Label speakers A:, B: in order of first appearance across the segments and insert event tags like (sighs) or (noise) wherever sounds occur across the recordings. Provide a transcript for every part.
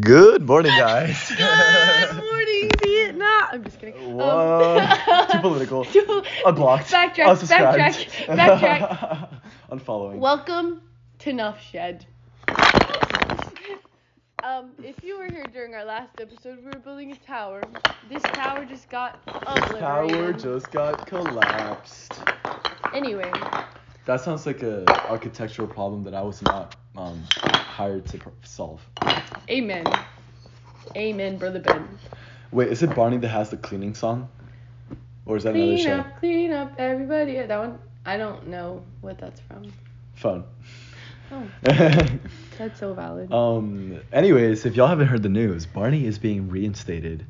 A: Good morning, guys.
B: (laughs)
A: (laughs)
B: Good morning, Vietnam. I'm just kidding. Um, (laughs)
A: Whoa. Too political.
B: Too-
A: Unblocked.
B: Backtrack,
A: Unsubscribed.
B: backtrack,
A: (laughs)
B: backtrack.
A: Unfollowing.
B: Welcome to Nuff Shed. um, if you were here during our last episode, we were building a tower. This tower just got
A: Tower
B: obliterated.
A: just got collapsed.
B: Anyway,
A: That sounds like a architectural problem that I was not um, hired to pr- solve.
B: amen. Amen, brother Ben.
A: Wait, is it Barney that has the cleaning song? Or is that another
B: Clean
A: show?
B: up, clean up, everybody. Yeah, that one. I don't know what that's from.
A: Phone.
B: Oh, that's so valid.
A: (laughs) um. Anyways, if y'all haven't heard the news, Barney is being reinstated.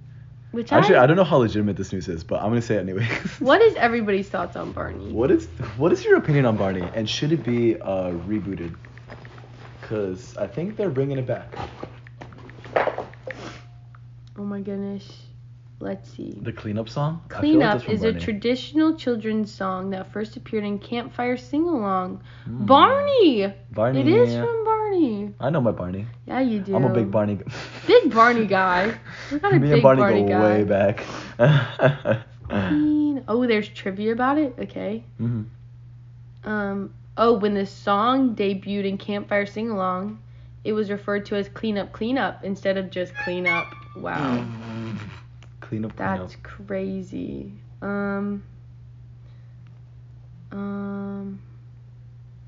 B: Which
A: Actually, I don't know how legitimate this news is, but I'm gonna say it anyway. (laughs)
B: What is everybody's thoughts on Barney?
A: What is what is your opinion on Barney? And should it be uh, rebooted? Cause I think they're bringing it back.
B: Oh my goodness. Let's see.
A: The cleanup song. I feel like
B: Clean Up
A: that's from
B: is a
A: Barney.
B: traditional children's song that first appeared in Campfire Sing Along.
A: Mm.
B: Barney!
A: Barney.
B: It is from Barney.
A: I know my Barney.
B: Yeah, you do.
A: I'm a big
B: (laughs)
A: Barney.
B: Big Barney guy. We're not a
A: (laughs) Me
B: big
A: and Barney,
B: Barney
A: go
B: guy.
A: way back. (laughs)
B: Clean- Oh, there's trivia about it? Okay.
A: Mhm.
B: Um. Oh, when the song debuted in Campfire Sing Along, it was referred to as Clean Up, Clean Up instead of just Clean Up. Wow.
A: Hmm. Clean up. Clean up.
B: That's crazy. Um. Um.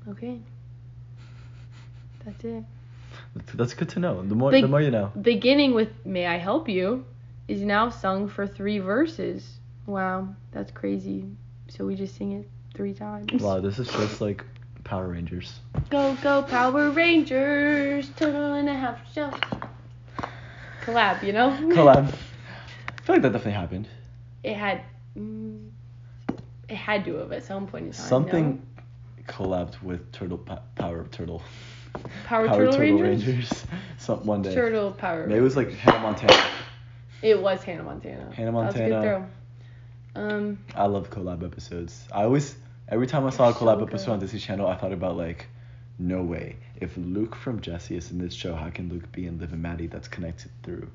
B: Okay. That's it.
A: That's good to know. The more
B: Big-
A: the more you know.
B: Beginning with "May I help you," is now sung for three verses. Wow, that's crazy. So we just sing it three times.
A: Wow, this is just like Power Rangers.
B: Go go Power Rangers! Turtle and a half shell. Collab, you know. (laughs)
A: Collab. I feel like that definitely happened.
B: It had. Mm, it had to have at some point in time. no?
A: Something collabed with Turtle pa- Power Turtle.
B: Power, Turtle, Rangers.
A: (laughs) Some one day.
B: Turtle Power.
A: Maybe it was like Hannah Montana.
B: it was Hannah Montana.
A: Hannah
B: That was
A: Montana.
B: a good throw. Um,
A: I love collab episodes. I always every time I saw a
B: They're so
A: collab episode on
B: good.
A: Disney Channel, I thought about like, no way. If Luke from Jesse is in this show, how can Luke be in Liv and Maddie that's connected through,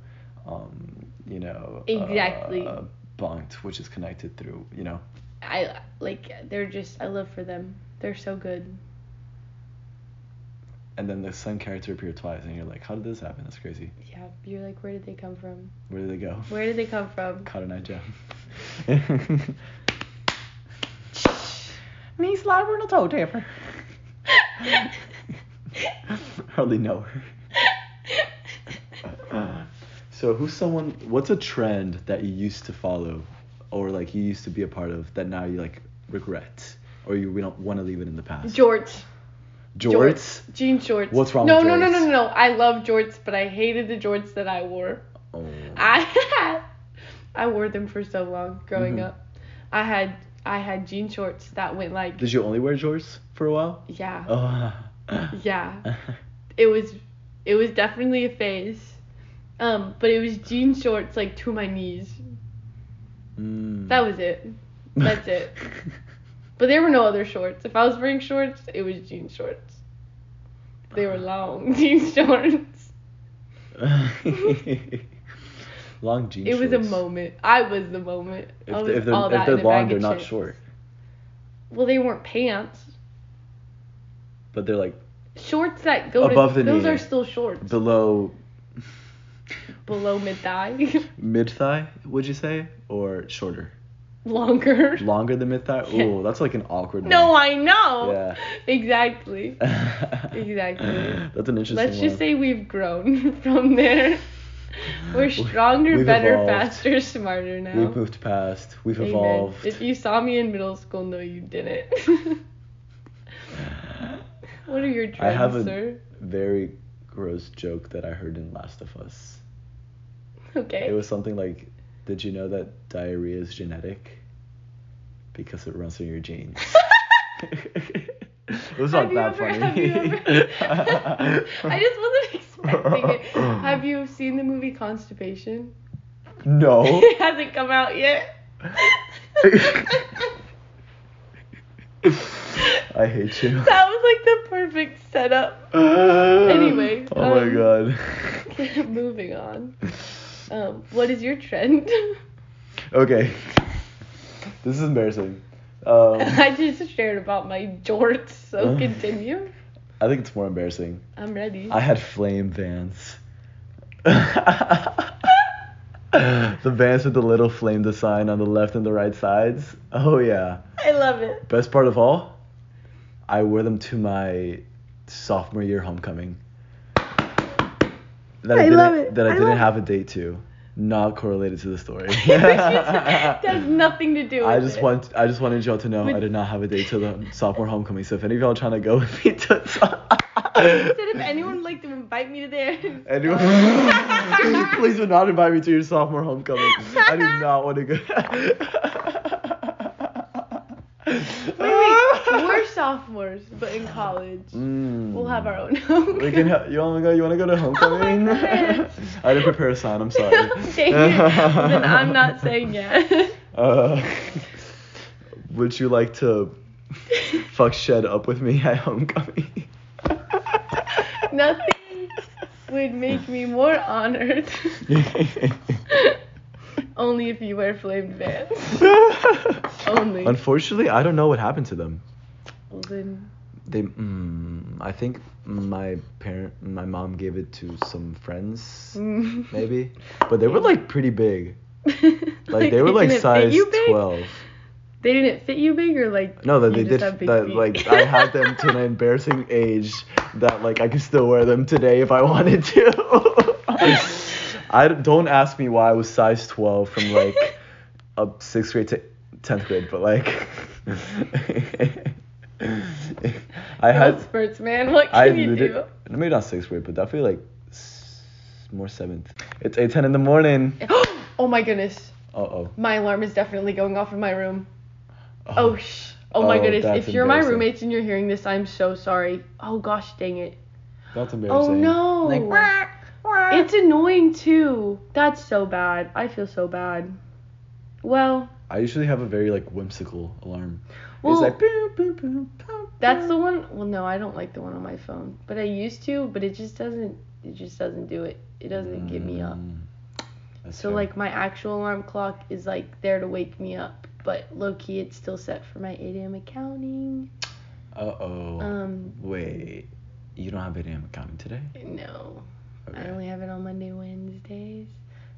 A: um, you know.
B: Exactly.
A: Uh, Bonked, which is connected through, you know.
B: I like they're just I live for them. They're so good.
A: And then the sun character appeared twice, and you're like, how did this happen? That's crazy.
B: Yeah, you're like, where did they come from?
A: Where did they go?
B: Where did they come from?
A: Caught an eye
B: (laughs)
A: gem. Me, Sly, we're not so different. (laughs) Hardly know
B: (laughs)
A: her. So who's someone? What's a trend that you used to follow, or like you used to be a part of that now you like regret, or you we don't want to leave it in the past?
B: Jorts.
A: Jorts.
B: Jean shorts.
A: What's wrong
B: no,
A: with
B: No, no, no,
A: jorts?
B: no, no. I love jorts, but I hated the jorts that I wore.
A: Oh.
B: I I wore them for so long growing
A: Mhm.
B: up. I had I had jean shorts that went like
A: Did you only wear jorts for a while?
B: yeah.
A: Oh.
B: Yeah. It was it was definitely a phase. Um, but it was jean shorts like to my knees.
A: Mm.
B: That was it.
A: (laughs)
B: that's it. But there were no other shorts. If I was wearing shorts, it was jean shorts. They were long (laughs) jean shorts.
A: (laughs) long jeans.
B: it was a moment. I was the moment. I
A: If,
B: was
A: they- if they're,
B: all that
A: if they're
B: in a bag
A: long,
B: of
A: they're not
B: chips.
A: short,
B: Well, they weren't pants.
A: but they're like
B: Shorts that go
A: Above
B: to,
A: the
B: those
A: knee.
B: are still shorts
A: below
B: below mid thigh, (laughs)
A: mid thigh, would you say, or shorter?
B: longer.
A: Longer than mid thigh?
B: Yeah.
A: Ooh, that's like an awkward
B: No,
A: one.
B: I know.
A: Yeah.
B: Exactly.
A: (laughs)
B: Exactly.
A: That's an interesting
B: Let's just
A: one.
B: say we've grown (laughs) from there.
A: (laughs)
B: We're
A: We-
B: stronger,
A: we've
B: better,
A: evolved.
B: faster, (laughs) smarter now.
A: We've moved past, we've
B: Amen.
A: evolved.
B: If you saw me in middle school, no, you didn't. (laughs) what are your
A: I
B: trends,
A: have a-
B: sir?
A: Very gross joke that I heard in Last of Us.
B: Okay.
A: It was something like, Did you know that diarrhea is genetic? Because it runs through your genes. it was
B: (laughs)
A: not
B: Have you
A: that
B: ever-
A: funny.
B: have you
A: (laughs)
B: ever- (laughs) I just wasn't expecting it. Have you seen the movie Constipation? (laughs)
A: No.
B: It hasn't come out yet. (laughs)
A: I hate you.
B: That was like the perfect setup. (laughs)
A: anyway.
B: Anyway,
A: Oh my
B: um,
A: god.
B: (laughs) Moving on. Um, what is your trend? (laughs)
A: Okay. This is embarrassing. Um,
B: (laughs) I just shared about my jorts,
A: (laughs)
B: so
A: Uh.
B: continue.
A: I think it's more embarrassing.
B: I'm ready.
A: I had flame vans. (laughs) the vans with the little flame design on the left and the right sides. Oh yeah.
B: I love (laughs) it.
A: Best part of all, I wore them to my sophomore year homecoming. That
B: I
A: didn't,
B: love it.
A: That I,
B: I love
A: didn't
B: it.
A: have a date to. Not correlated to the
B: (laughs)
A: story. (laughs)
B: that has nothing to do with
A: I just
B: it.
A: want I just wanted y'all to know I
B: With-
A: did not have a date to
B: (laughs)
A: the sophomore homecoming. So if any of y'all are trying to go with me to
B: Instead if anyone would like to invite me to (laughs) their
A: anyone (laughs) please do not invite me to your sophomore homecoming. I do not want to go.
B: (laughs) Wait,
A: (laughs)
B: wait, we're sophomores, but in college.
A: Mm.
B: We'll have our own (laughs) Oh home.
A: We can ha- you wanna go you wanna
B: (laughs)
A: go to homecoming?
B: goodness.
A: I didn't prepare a sign, I'm
B: (laughs)
A: sorry. (laughs)
B: Dang it. Then I'm not saying yes.
A: Uh, would you like to fuck shed up with me at
B: (laughs)
A: homecoming?
B: (laughs)
A: (laughs)
B: Nothing would make me more
A: (laughs)
B: honored. (laughs) Only if you wear flamed vans.
A: (laughs)
B: Only.
A: Unfortunately, I don't know what happened to them.
B: Well, then,
A: They, mm, I think my parent, my mom gave it to some friends,
B: Mm.
A: maybe. But they were like pretty big.
B: (laughs)
A: Like
B: Like,
A: they were like
B: didn't fit
A: size
B: you big?
A: twelve.
B: They didn't fit you big, or like
A: No, that
B: you
A: they did.
B: just have big
A: That
B: feet?
A: like I had them
B: (laughs)
A: to an embarrassing age that like I could still wear them today if I wanted
B: (laughs)
A: to. (laughs) I don't ask me why I was size twelve from like up sixth grade to tenth grade, but like (laughs) I
B: Growth
A: had
B: spurts, man. What can
A: I
B: you
A: literally
B: do?
A: maybe not sixth grade, but definitely like s- more seventh. It's eight ten in the morning.
B: (gasps) oh my goodness.
A: Uh oh.
B: My alarm is definitely going off in my room. Oh, sh. Oh my
A: Oh,
B: goodness.
A: that's
B: If you're my
A: embarrassing.
B: roommates and you're hearing this, I'm so sorry. Oh gosh, dang it.
A: that's
B: Oh
A: embarrassing.
B: no.
A: Like, Ah.
B: it's annoying too. That's so bad. I feel so bad. Well,
A: I usually have a very like whimsical alarm.
B: Well-
A: it's like boom, boom, boom, boom,
B: that's the one. Well, no, I don't like the one on my phone, but I used to, but it just doesn't. It just doesn't do it. It doesn't get me
A: Mm,
B: up. So like my actual alarm clock is like there to wake me up, but low key it's still set for my 8 a.m. accounting.
A: Uh oh.
B: Um,
A: Wait, you don't have 8 a.m. accounting today?
B: no, I
A: Okay.
B: only have it on Monday, Wednesdays.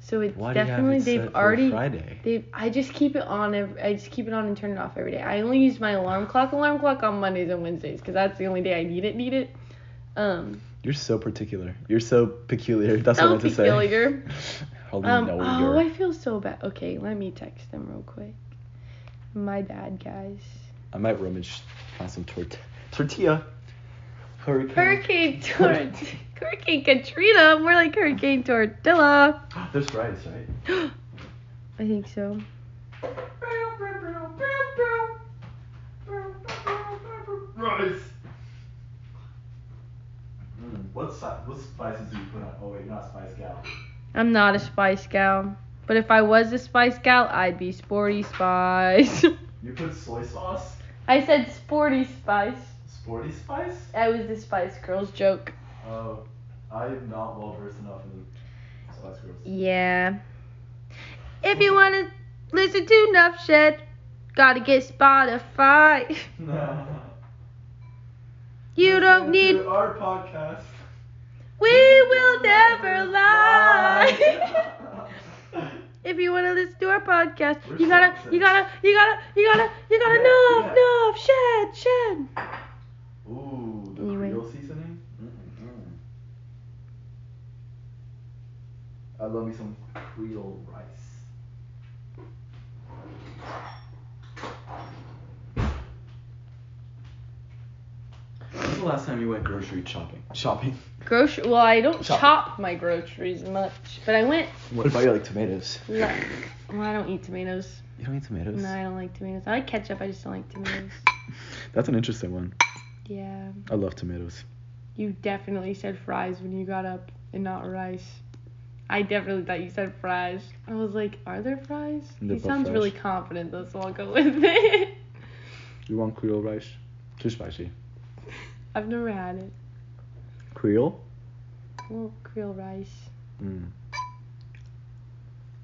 B: So it's
A: Why do you have
B: definitely
A: it
B: they've
A: set for
B: already
A: Friday?
B: They, I just keep it on. ev I just keep it on and turn it off every day. I only use my alarm clock, alarm clock on Mondays and Wednesdays because that's the only day I need it, need it. Um,
A: You're so particular. You're so peculiar. That's
B: so
A: what I meant (laughs)
B: peculiar.
A: to say. Holy
B: um,
A: no,
B: oh,
A: you're-
B: I feel so bad. Okay, let me text them real quick. My bad, guys.
A: I might rummage find some tort- tortilla. Hurricane.
B: Hurricane Tort, (laughs) Hurricane Katrina. More like Hurricane Tortilla.
A: (gasps)
B: (gasps)
A: There's rice, right?
B: I think so.
A: Rice. Mm, what, si- what spices do you put on? Oh wait, not spice gal.
B: I'm not a spice gal, but if I was a spice gal, I'd be sporty spice. (laughs)
A: You put soy sauce,
B: I said sporty spice.
A: sporty spice.
B: That was the Spice Girls joke.
A: Uh, I am not well versed enough in the Spice Girls. (laughs)
B: Yeah. If you wanna listen to Nuff Shed, gotta get Spotify. (laughs) You don't need.
A: to our podcast.
B: We will never lie. (laughs) if you wanna listen to our podcast,
A: We're
B: you gotta,
A: so
B: you gotta, you gotta, you gotta, you gotta
A: Yeah,
B: Nuff,
A: yeah.
B: Nuff Shed, Shed.
A: (laughs) Ooh, the
B: Anyway.
A: Creole seasoning. Mm-hmm. Mm-mm-mm. I love me some Creole rice. When's the last time you went grocery shopping? Shopping.
B: Grocery. Well, I don't
A: Shop.
B: chop my groceries much, but I went.
A: What about you like
B: (laughs)
A: tomatoes?
B: Well, I don't eat tomatoes.
A: You don't eat tomatoes?
B: No, I don't like tomatoes. I like ketchup. I just don't like tomatoes.
A: That's an interesting one.
B: Yeah.
A: I love tomatoes.
B: You definitely said fries when you got up and not rice. I definitely thought you said fries. I was like, are there fries?
A: They're
B: he
A: both
B: sounds
A: fries.
B: really confident, though, so I'll go with (laughs) it.
A: You want Creole rice? Too spicy.
B: I've never had it.
A: Creole?
B: little Creole rice.
A: Mm.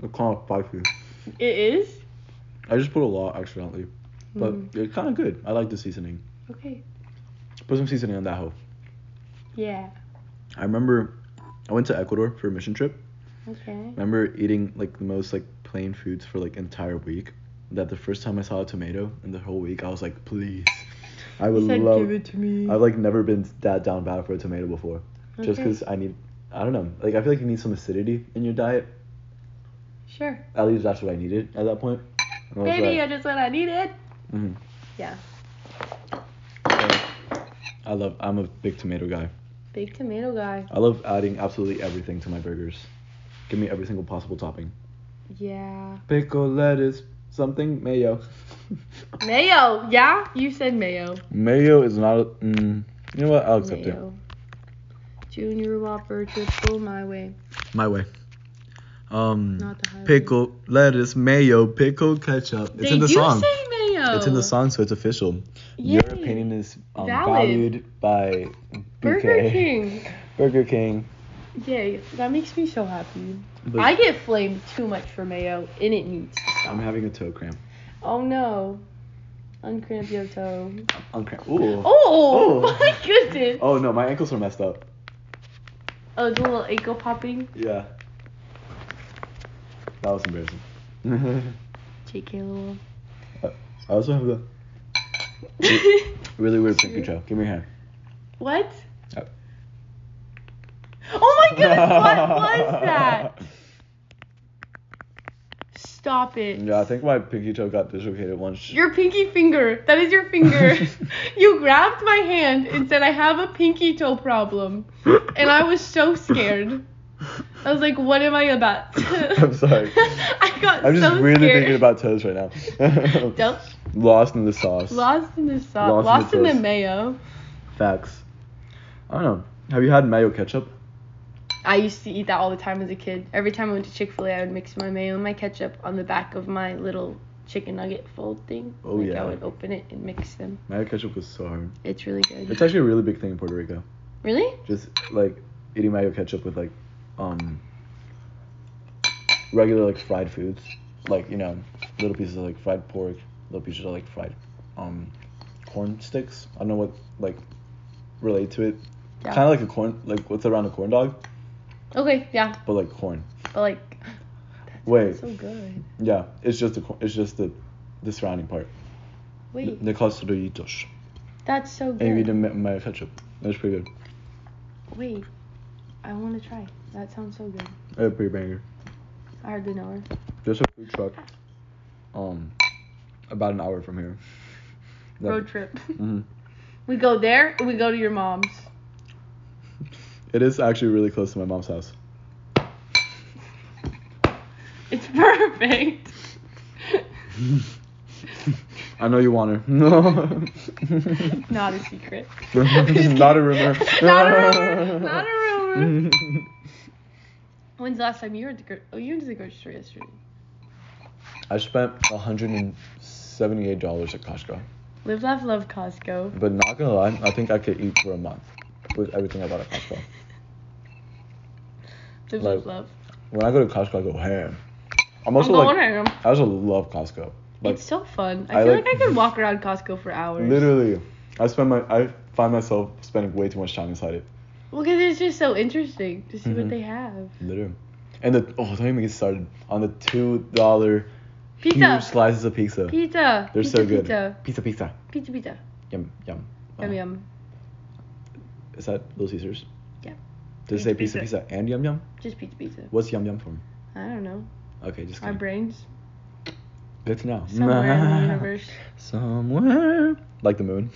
A: It's kind of spicy.
B: It is.
A: I just put a lot accidentally, but
B: Mm.
A: it's kind of good. I like the seasoning.
B: Okay.
A: Put some seasoning on that hoe.
B: Yeah.
A: I remember I went to Ecuador for a mission trip.
B: Okay.
A: I remember eating like the most like plain foods for like entire week. That the first time I saw a tomato in the whole week, I was like, please,
B: (laughs)
A: I would
B: You said,
A: love.
B: Give it to me.
A: I've like never been that down bad for a tomato before. Just 'cause Just
B: Okay.
A: because I need, I don't know. Like I feel like you need some acidity in your diet.
B: Sure.
A: At least that's what I needed at that point. And I was
B: Baby, I
A: like,
B: just said I need it.
A: mhm.
B: Yeah.
A: So, I love. I'm a big tomato guy.
B: Big tomato guy.
A: I love adding absolutely everything to my burgers. Give me every single possible topping.
B: Yeah.
A: Pickle, lettuce, something, mayo.
B: Mayo. Yeah. You said mayo.
A: (laughs) Mayo is not. a- Mm, you know what? I'll accept
B: mayo. Junior Whopper, triple my way.
A: it. My way. Um,
B: Not the highway.
A: pickle, lettuce, mayo, pickle, ketchup. It's
B: they
A: in the
B: do
A: song.
B: say mayo.
A: It's in the song, so it's official.
B: Yay.
A: Your opinion is um,
B: Valid.
A: valued by
B: Burger
A: BK.
B: King.
A: (laughs) Burger King.
B: Yay. That makes me so happy.
A: But
B: I get flamed too much for mayo, and it needs to stop.
A: I'm having a toe cramp.
B: Oh no. Uncramp your toe.
A: Uncramp. Ooh.
B: Oh,
A: Oh.
B: (laughs) my goodness.
A: Oh no, my ankles are messed up.
B: Oh, it's a little ankle popping.
A: Yeah. That was embarrassing. (laughs)
B: JK little. (laughs)
A: I also have a really weird pinky toe. Give me your hand.
B: what?
A: Up.
B: Oh (laughs)
A: (laughs)
B: my goodness, what was that? Stop it.
A: Yeah, I think my pinky toe got dislocated once.
B: Your pinky finger. That is
A: (laughs)
B: your finger. (laughs) you grabbed my hand and said, I have a pinky toe problem. And I was so scared. I was like, what am I about?
A: (laughs) I'm sorry.
B: (laughs) I got
A: I'm just
B: so
A: really
B: scared.
A: thinking about toes right now.
B: (laughs) Don't-
A: Lost in the sauce.
B: Lost in the sauce.
A: Lost in
B: Lost,
A: the
B: in, the
A: toast.
B: mayo.
A: Facts. I don't know. Have you had mayo ketchup?
B: I used to eat that all the time as a kid. Every time I went to Chick fil A, I would mix my mayo and my ketchup on the back of my little chicken nugget fold thing.
A: Oh,
B: like,
A: yeah.
B: I would open it and mix them.
A: Mayo ketchup was so hard.
B: It's really good.
A: It's actually a really big thing in Puerto Rico.
B: really?
A: Just like eating mayo ketchup with like um regular like fried foods. Like, you know, little pieces of like fried pork, little pieces of like fried um corn sticks. I don't know what like relate to it.
B: Yeah.
A: Kinda like a corn like what's around a corn dog,
B: okay, yeah.
A: but like corn.
B: But like, that's
A: Wait.
B: so good.
A: Yeah, it's just the cor- it's just the the surrounding part.
B: Wait,
A: They're called sudoritos.
B: that's so good.
A: And you eat them with mayo ketchup. That's pretty good.
B: Wait, I want to try. That sounds so good.
A: That's pretty banger.
B: I hardly know her.
A: There's a food truck, um, about an hour from here.
B: Road trip.
A: (laughs) Mhm.
B: we go there, and we go to your mom's.
A: It is actually really close to my mom's house.
B: It's (laughs) perfect.
A: (laughs) I know you
B: (laughs)
A: want her. No.
B: Not a secret.
A: (laughs) Not a rumor.
B: (laughs) Not a
A: (laughs)
B: rumor. Not a rumor. When's the last time you were at the gro- oh you went to the grocery store yesterday?
A: I spent $178 at Costco.
B: Live, laugh,
A: (laughs)
B: love Costco.
A: But not gonna lie, I think I could eat for a month with everything I bought at Costco.
B: Live,
A: Like,
B: love, love.
A: When I go to Costco, I go ham. I'm
B: I'm
A: also
B: going
A: like,
B: home.
A: I also love Costco. Like,
B: it's so fun. I,
A: I
B: feel
A: like-
B: like, I could walk around Costco for hours.
A: literally, I spend my, I find myself spending way too much time inside it.
B: Well, because it's just so interesting to see
A: Mhm.
B: what they have.
A: Literally. And the oh, don't even get started on the two dollar
B: Pizza.
A: huge slices of pizza.
B: Pizza.
A: They're
B: pizza,
A: so good.
B: Pizza.
A: Pizza, pizza.
B: Pizza. Pizza. um,
A: Yum, yum.
B: Yum
A: Oh.
B: yum.
A: Is that Little Caesars?
B: Yeah.
A: Does it say pizza, pizza, and yum, yum?
B: Just pizza. Pizza.
A: What's yum, yum from?
B: I don't know.
A: Okay, just
B: My
A: kidding.
B: brain's
A: Good to know.
B: somewhere
A: (laughs)
B: in the universe. (laughs)
A: Somewhere. Like the moon.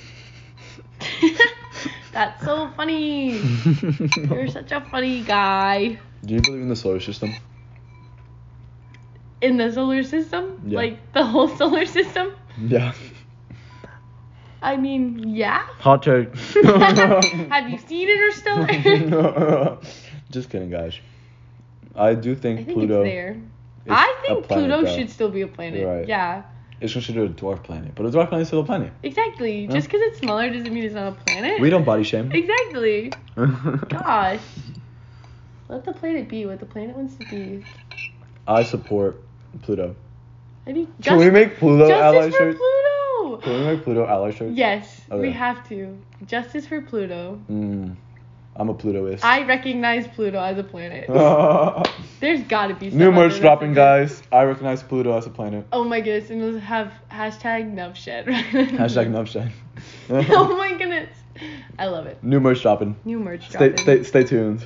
B: That's so funny. (laughs) You're such a funny guy.
A: (laughs) Do you believe in the solar system?
B: In the solar system?
A: Yeah.
B: Like the whole (laughs) solar system?
A: Yeah.
B: I mean,
A: (laughs)
B: yeah.
A: Hot take.
B: (laughs) Have you
A: (laughs)
B: seen Interstellar? (laughs)
A: Just kidding, guys. I do think,
B: I think
A: Pluto
B: it's there.
A: is
B: I
A: a
B: think
A: planet,
B: Pluto
A: though.
B: should still be a planet.
A: Right.
B: Yeah.
A: It's considered a dwarf planet, but a dwarf planet is still a planet.
B: Exactly.
A: Yeah.
B: Just because it's smaller doesn't mean it's not a planet.
A: We don't body shame.
B: Exactly. Gosh. Let the planet be what the planet wants to be.
A: (laughs) I support Pluto.
B: I mean,
A: Can we make Pluto ally
B: justice for
A: shirts?
B: Pluto.
A: Can we make Pluto ally shirts?
B: Yes,
A: Okay.
B: we have to. Justice for Pluto.
A: Mm, I'm a Plutoist. (laughs)
B: I recognize Pluto as a planet. There's gotta be some
A: Uh-huh. New
B: other
A: merch dropping,
B: messages.
A: guys. I recognize Pluto as a planet.
B: Oh my goodness, and let's have hashtag (laughs) nubshed.
A: Hashtag nubshine.
B: (laughs) oh my goodness, I love it.
A: (laughs) New merch dropping.
B: New merch
A: Stay,
B: dropping.
A: stay, stay tuned.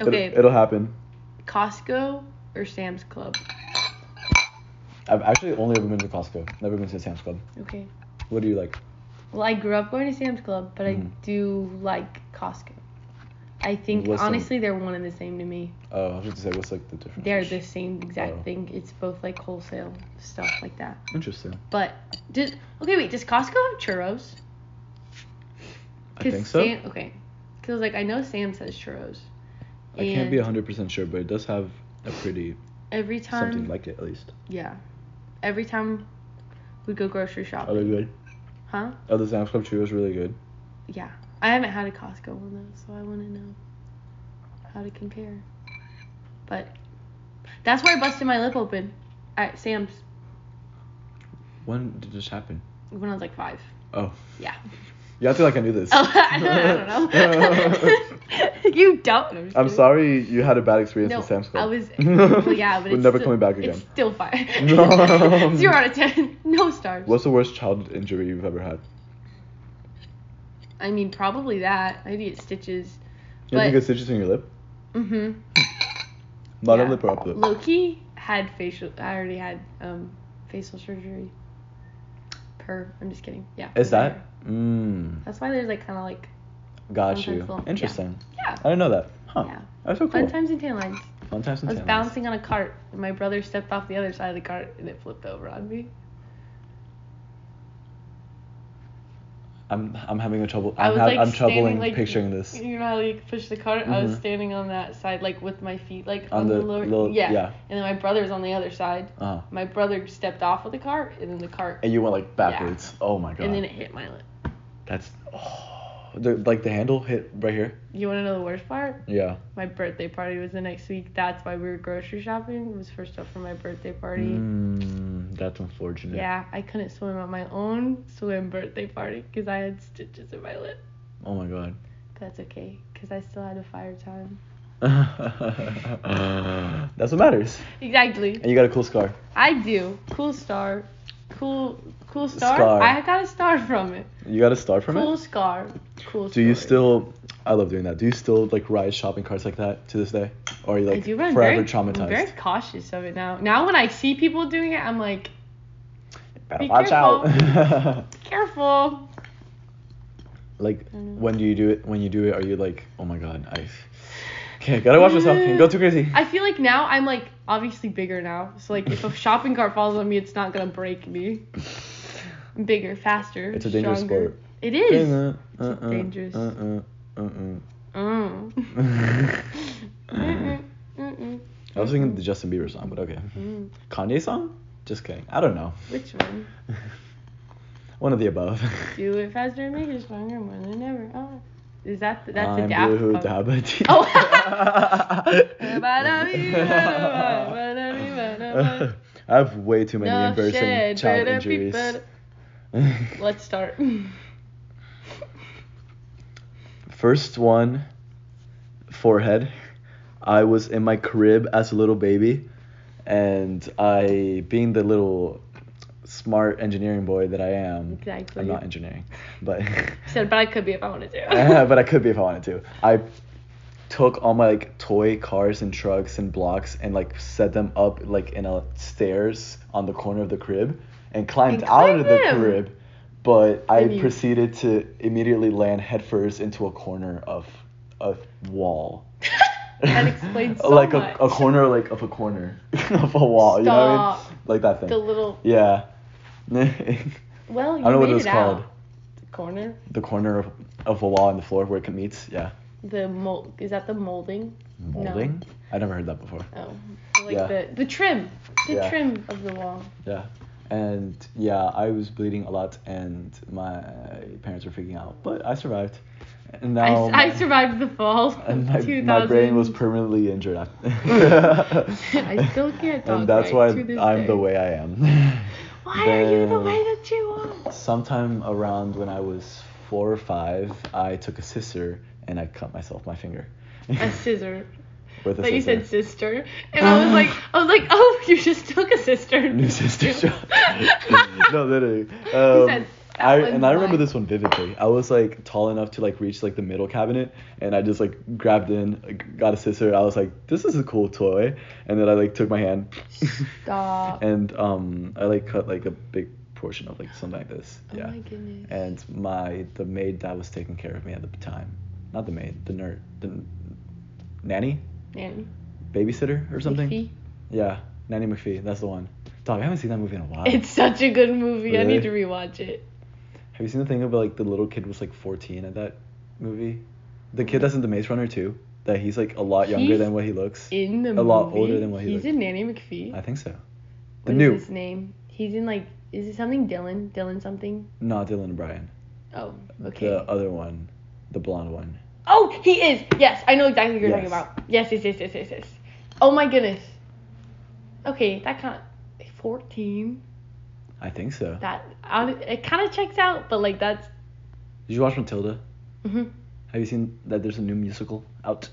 B: okay,
A: It'll, it'll happen.
B: Costco or Sam's Club?
A: I've actually only ever been to Costco. Never been to Sam's Club.
B: Okay.
A: What do you like?
B: Well, I grew up going to Sam's Club, but
A: Mhm.
B: I do like Costco. I think
A: What's the-
B: honestly they're one and the same to me.
A: Oh, I was just to say, what's like the difference?
B: They're the same exact
A: Oh.
B: thing. It's both like wholesale stuff like that.
A: Interesting.
B: But did okay wait does Costco have churros?
A: I
B: 'Cause
A: think so.
B: Sam, okay, because I was like I know Sam says churros.
A: I can't be
B: And
A: 100% sure, but it does have a pretty
B: every time.
A: something like it at least.
B: yeah, every time we go grocery
A: Are they
B: shopping,
A: good?
B: huh?
A: Are the Sam's Club churros really good?
B: Yeah, I haven't had a Costco one though, so I want to know how to compare. But that's where I busted my lip open at Sam's
A: When did this happen?
B: when I was like five.
A: Oh.
B: Yeah.
A: You act like I knew this.
B: Oh, (laughs)
A: (laughs)
B: I don't, I don't know. (laughs) you don't. just
A: I'm
B: kidding.
A: sorry you had a bad experience
B: No,
A: with Sam's Club. (laughs)
B: I was. Well, yeah, but
A: We're
B: it's
A: never
B: still-
A: coming back
B: It's
A: again.
B: still fire.
A: (laughs) No.
B: (laughs) Zero out of ten. No stars.
A: What's the worst childhood injury you've ever had?
B: I mean, probably that. I need stitches.
A: You think
B: But-
A: it's stitches in your lip?
B: hmm
A: Not a
B: Yeah.
A: lip or up lip.
B: Loki had facial. I already had um facial surgery. Per. I'm just kidding. Yeah.
A: Is that? Mmm.
B: That's why there's like kind of like
A: Got
B: Sometimes
A: you.
B: little- yeah.
A: Interesting.
B: yeah.
A: I didn't know that. Huh.
B: Yeah.
A: That's so Oh, cool.
B: Fun times and tan lines.
A: Fun times and
B: I was
A: tan lines.
B: bouncing on a cart and my brother stepped off the other side of the cart and it flipped over on me.
A: I'm I'm having a trouble.
B: I
A: I'm,
B: was
A: ha-
B: like
A: I'm troubling
B: standing, like,
A: picturing this
B: You know how you push the cart? I was
A: Mhm.
B: standing on that side, like with my feet, like
A: on the
B: lower.
A: little
B: yeah.
A: yeah.
B: And then my brother was on the other side.
A: Uh-huh.
B: My brother stepped off of the cart, and then the cart,
A: And you went like backwards. Oh my god.
B: and then it hit my lip.
A: That's oh, the, like the handle hit right here.
B: You want to know the worst part?
A: Yeah.
B: My birthday party was the next week. That's why we were grocery shopping. It was first up for my birthday party.
A: Mm, that's unfortunate.
B: Yeah, I couldn't swim at my own swim birthday party because I had stitches in my lip.
A: Oh my god.
B: That's okay, because I still had a fire time.
A: that's what matters.
B: Exactly.
A: And you got a cool scar.
B: I do. Cool star. Cool cool star.
A: Scar.
B: I got a star from it.
A: You got a star from
B: cool
A: it.
B: scar. Cool
A: Do you
B: story.
A: still? I love doing that. Do you still like ride shopping carts like that to this day, or are you
B: I
A: like
B: do, but I'm
A: forever
B: very,
A: traumatized?
B: I'm very cautious of it now. Now when I see people doing it, I'm like,
A: Better
B: be
A: watch
B: (laughs)
A: out. (laughs)
B: careful.
A: like
B: Mm.
A: when do you do it? When you do it, are you like, oh my god, I okay, gotta watch myself, can't go too crazy.
B: (sighs) I feel like now I'm like obviously bigger now. So like
A: (laughs)
B: if a shopping cart falls on me, it's not gonna break me. I'm bigger, faster.
A: It's a dangerous
B: stronger.
A: sport.
B: It is.
A: Uh,
B: It's dangerous.
A: Uh, uh,
B: (laughs)
A: uh, (laughs)
B: Mm.
A: uh.
B: Mm-mm, mm-mm,
A: I was thinking the Justin Bieber song, but okay.
B: mm.
A: Kanye song? Just kidding. I don't know.
B: Which one?
A: (laughs) One of the above.
B: Do it faster and make it stronger more than ever. Oh. Is that the, that's
A: I'm
B: a daft
A: blue,
B: Punk. (laughs)
A: dabba dee.
B: Oh.
A: (laughs) I have way too many
B: No
A: embarrassing
B: shit,
A: child
B: better be
A: injuries. (laughs)
B: better. Let's start. (laughs)
A: First one, forehead. I was in my crib as a little baby, and I, being the little smart engineering boy that I am,
B: Exactly.
A: I'm not engineering, but
B: She
A: (laughs)
B: said, but I could be if I wanted to. (laughs)
A: but I could be if I wanted to. I took all my like toy cars and trucks and blocks and like set them up like in a stairs on the corner of the crib and climbed
B: And
A: out of the
B: climbed them.
A: crib. But I
B: And you-
A: proceeded to immediately land headfirst into a corner of a wall. (laughs)
B: that explains so
A: like
B: much.
A: a, a corner like of a corner (laughs) of a wall, you know what I mean?
B: Stop.
A: Like that thing.
B: the little
A: yeah. (laughs) the
B: well, you
A: don't know what
B: made
A: it was
B: out.
A: called.
B: The corner.
A: corner of, of a wall and the floor where it meets, yeah.
B: The mold. Is that the molding? No.
A: Molding? I never heard that before.
B: Oh, like
A: Yeah.
B: the the trim. The
A: Yeah.
B: trim of the wall.
A: Yeah. And yeah, I was bleeding a lot and my parents were freaking out, but I survived. And
B: I,
A: now
B: I survived the fall.
A: (laughs) and
B: of
A: my,
B: 2000.
A: my brain was permanently injured. (laughs) I
B: (laughs) I still can't talk
A: And that's why
B: right to this
A: I'm
B: day.
A: the way I am.
B: (laughs) Why are you the
A: Damn.
B: way that you are?
A: Sometime around when I was four or five, I took a scissor and I cut myself my finger
B: A scissor.
A: (laughs) with a
B: But you
A: scissor.
B: said sister, and I was like, I was like, oh, (laughs) you just took a sister.
A: New
B: (laughs)
A: sister shot. (laughs) no, literally.
B: You
A: Um,
B: said, "That
A: I
B: one's
A: and I remember
B: mine."
A: this one vividly. I was like tall enough to like reach like the middle cabinet, and I just like grabbed in, like, got a scissor. I was like, this is a cool toy, and then I like took my hand,
B: Stop.
A: (laughs) and um, I like cut like a big portion of like something like this.
B: Oh
A: yeah.
B: my goodness.
A: And my the maid that was taking care of me at the time, not the maid, the nerd, the n- nanny,
B: Man.
A: babysitter or something.
B: Miffy.
A: Yeah, Nanny McPhee. That's the one. Dog, I haven't seen that movie in a while.
B: It's such a good movie. I need to
A: Uh, Really?
B: rewatch it.
A: Have you seen the thing about like the little kid was like 14 at that movie? The kid that's in The Maze Runner too. That he's like a lot younger
B: He's
A: than what he looks.
B: In the
A: A
B: movie,
A: lot older than what he
B: he's
A: looked.
B: in Nanny McPhee.
A: I think so.
B: What
A: The
B: is
A: new.
B: his name? He's in like, is it something Dylan? Dylan something?
A: Not Dylan O'Brien.
B: Oh, okay.
A: The other one. The blonde one.
B: Oh, he is. Yes, I know exactly what you're talking
A: Yes.
B: about. Yes, yes, yes, yes, yes, yes. Oh my goodness. Okay, that kind of 14.
A: I think so.
B: That I, it kind of checks out, but like that's.
A: Did you watch Matilda?
B: (laughs) mhm.
A: Have you seen that there's a new musical out?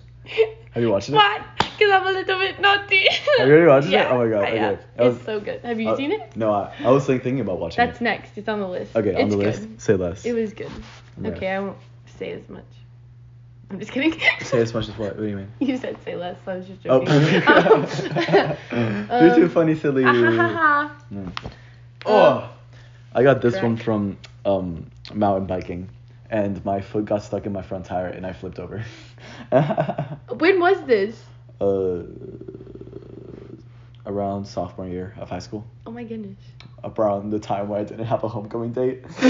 A: Have you watched it?
B: What? Because I'm a little bit naughty.
A: Have you already watched it?
B: Yeah,
A: Oh my God,
B: I
A: okay.
B: have.
A: That was-
B: It's so good. Have you
A: Uh,
B: seen it?
A: No, I, I was like thinking about watching
B: That's
A: it.
B: next. It's on the list.
A: Okay, on
B: it's
A: the
B: good.
A: list. Say less.
B: It was good.
A: Yeah.
B: Okay, I won't say as much. I'm just kidding.
A: Say as much as what? What do you mean?
B: (laughs) You said say less. I was just (laughs)
A: Oh. (laughs)
B: joking. Um,
A: You're too
B: um,
A: funny,
B: (laughs)
A: silly.
B: ah, ha, ha, ha.
A: Mm.
B: Uh,
A: Oh, I got this one
B: correct.
A: from um, mountain biking, and my foot got stuck in my front tire, and I flipped over. (laughs) uh,
B: When was this?
A: around sophomore year of high school,
B: Oh my goodness.
A: around the time where I didn't have a homecoming
B: (laughs)
A: date. (laughs)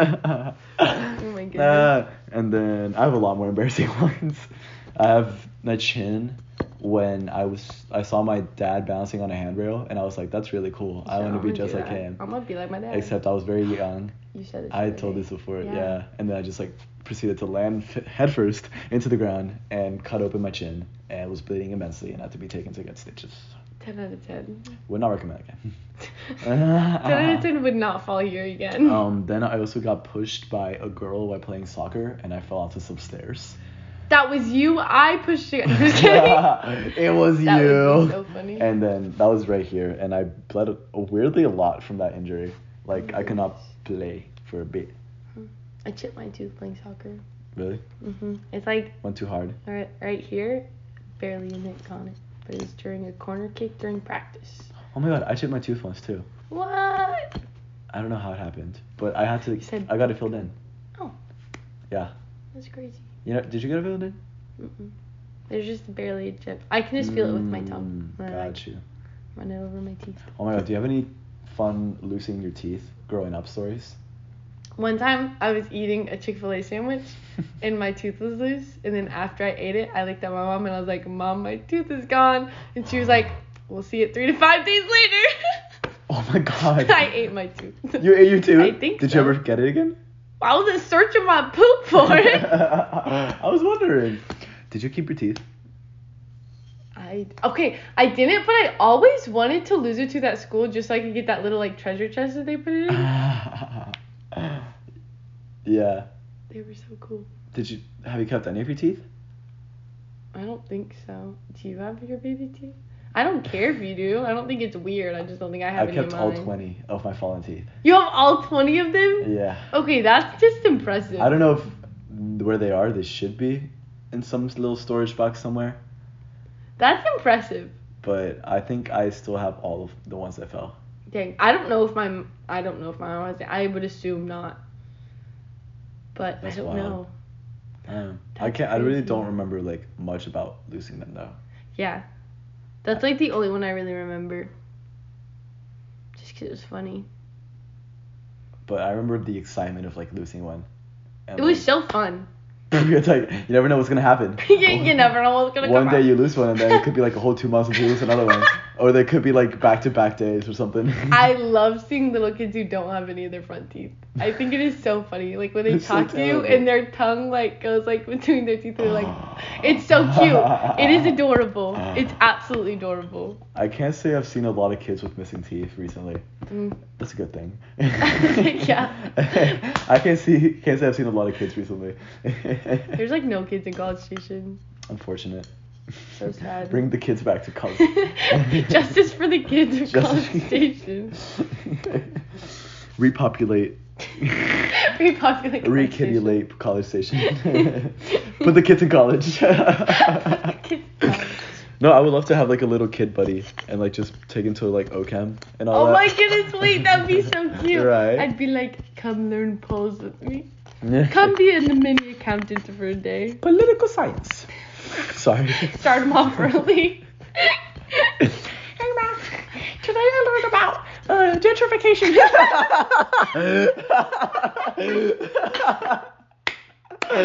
B: Oh my goodness.
A: Nah, Uh, and then I have a lot more embarrassing (laughs) ones. I have my chin when I was I saw my dad balancing on a handrail and I was like, that's really cool. I want to be just like him.
B: I'm gonna be like my dad.
A: Except I was very young.
B: you said it.
A: I had told this before, yeah. And then I just like proceeded to land f- headfirst into the ground and cut open my chin and was bleeding immensely and had to be taken to get stitches.
B: Ten out of ten.
A: Would not recommend again. (laughs)
B: ten out
A: Uh-huh.
B: of ten would not fall here again.
A: Ah, Um, then I also got pushed by a girl while playing soccer and I fell onto some
B: (laughs)
A: stairs.
B: that was you. I pushed you. I'm
A: (laughs)
B: just kidding.
A: it was
B: That
A: you.
B: would be so funny.
A: And then that was right here, and I bled a, weirdly a lot from that injury. Like I could not play for a bit.
B: I chipped my tooth playing soccer.
A: Really?
B: hmm It's like
A: Went too hard.
B: right, right here, barely a nick on it, but it was during a corner kick during practice.
A: Oh my god, I chipped my tooth once too.
B: What?
A: I don't know how it happened, but I had to.
B: You said-
A: I got it filled in.
B: Oh.
A: Yeah.
B: That's crazy.
A: You know? Did you get it filled in?
B: Mm-mm. There's just barely a chip. I can just feel it with my tongue.
A: Mm,
B: when I, like,
A: Got you.
B: Run it over my teeth.
A: Oh my god, do you have any fun losing your teeth growing up stories? (laughs)
B: One time I was eating a Chick fil A sandwich and my tooth was loose. And then after I ate it, I looked at my mom and I was like, Mom, my tooth is gone. And she was like, We'll see it three to five days later.
A: (laughs) Oh my god.
B: (laughs) I ate my tooth.
A: You ate your tooth.
B: I think
A: Did
B: so.
A: you ever get it again?
B: I was in search of my poop
A: (laughs)
B: for it.
A: I was wondering. Did you keep your teeth?
B: I okay, I didn't, but I always wanted to lose it to that school just so I could get that little like treasure chest that they put it
A: (sighs)
B: in. Mm.
A: (laughs) yeah.
B: They were so cool.
A: Did you have you kept any of your teeth?
B: I don't think so. Do you have your baby teeth? I don't care if you do. I don't think it's weird. I just don't think I
A: I
B: have any
A: kept
B: of
A: all
B: mine.
A: twenty of my fallen teeth.
B: You have all 20 of them?
A: Yeah.
B: Okay, that's just impressive.
A: I don't know if where they are. They should be in some little storage box somewhere.
B: That's impressive.
A: But I think I still have all of the ones that fell.
B: Dang, I don't know if my I don't know if my mom has it. I would assume not. But
A: That's
B: I don't
A: wild.
B: know.
A: Um, I
B: That's
A: can't. I really
B: crazy.
A: don't remember like much about losing them though.
B: Yeah. That's like the only one I really remember. Just 'cause it was funny.
A: But I remember the excitement of like losing one. And,
B: It was
A: like,
B: so fun. (laughs)
A: (laughs) it's like you never know what's gonna happen.
B: you, you never know what's going to
A: Oh, one
B: come
A: day
B: out. (laughs)
A: you lose one and then it could be like a whole two months until you lose another one Or they could be like back to back days or something.
B: I love seeing little kids who don't have any of their front teeth. I
A: (laughs)
B: think it is so funny. Like when they
A: It's so
B: talk to you
A: terrible. Oh.
B: and their tongue like goes like (laughs) between their teeth.
A: (gasps)
B: They're like, it's so
A: (laughs)
B: cute. It is adorable.
A: Uh.
B: It's absolutely adorable.
A: I can't say I've seen a lot of kids with missing teeth recently.
B: Mm.
A: That's a good thing.
B: (laughs) Yeah.
A: (laughs) I can't see can't say I've seen a lot of kids recently.
B: There's like no kids in College Station.
A: Unfortunate.
B: So
A: (laughs)
B: sad.
A: Bring the kids back to college.
B: (laughs) Justice for the kids of
A: Justice-
B: College Station.
A: (laughs) Repopulate,
B: (laughs) Repopulate. College Station.
A: rekiddulate college
B: (laughs)
A: station. Put the kids in college.
B: Kids in college.
A: no, I would love to have like a little kid buddy and like just take him to like OChem and all
B: Oh
A: that.
B: my goodness, wait, that'd
A: (laughs)
B: be so cute.
A: Right.
B: I'd be like, come learn polls with me.
A: (laughs) my
B: Come be a mini accountant for a day.
A: (laughs) Political science. Sorry.
B: Start them
A: (laughs)
B: off early. hey, Ma. Today I learned about uh,
A: (laughs)
B: gentrification. (laughs)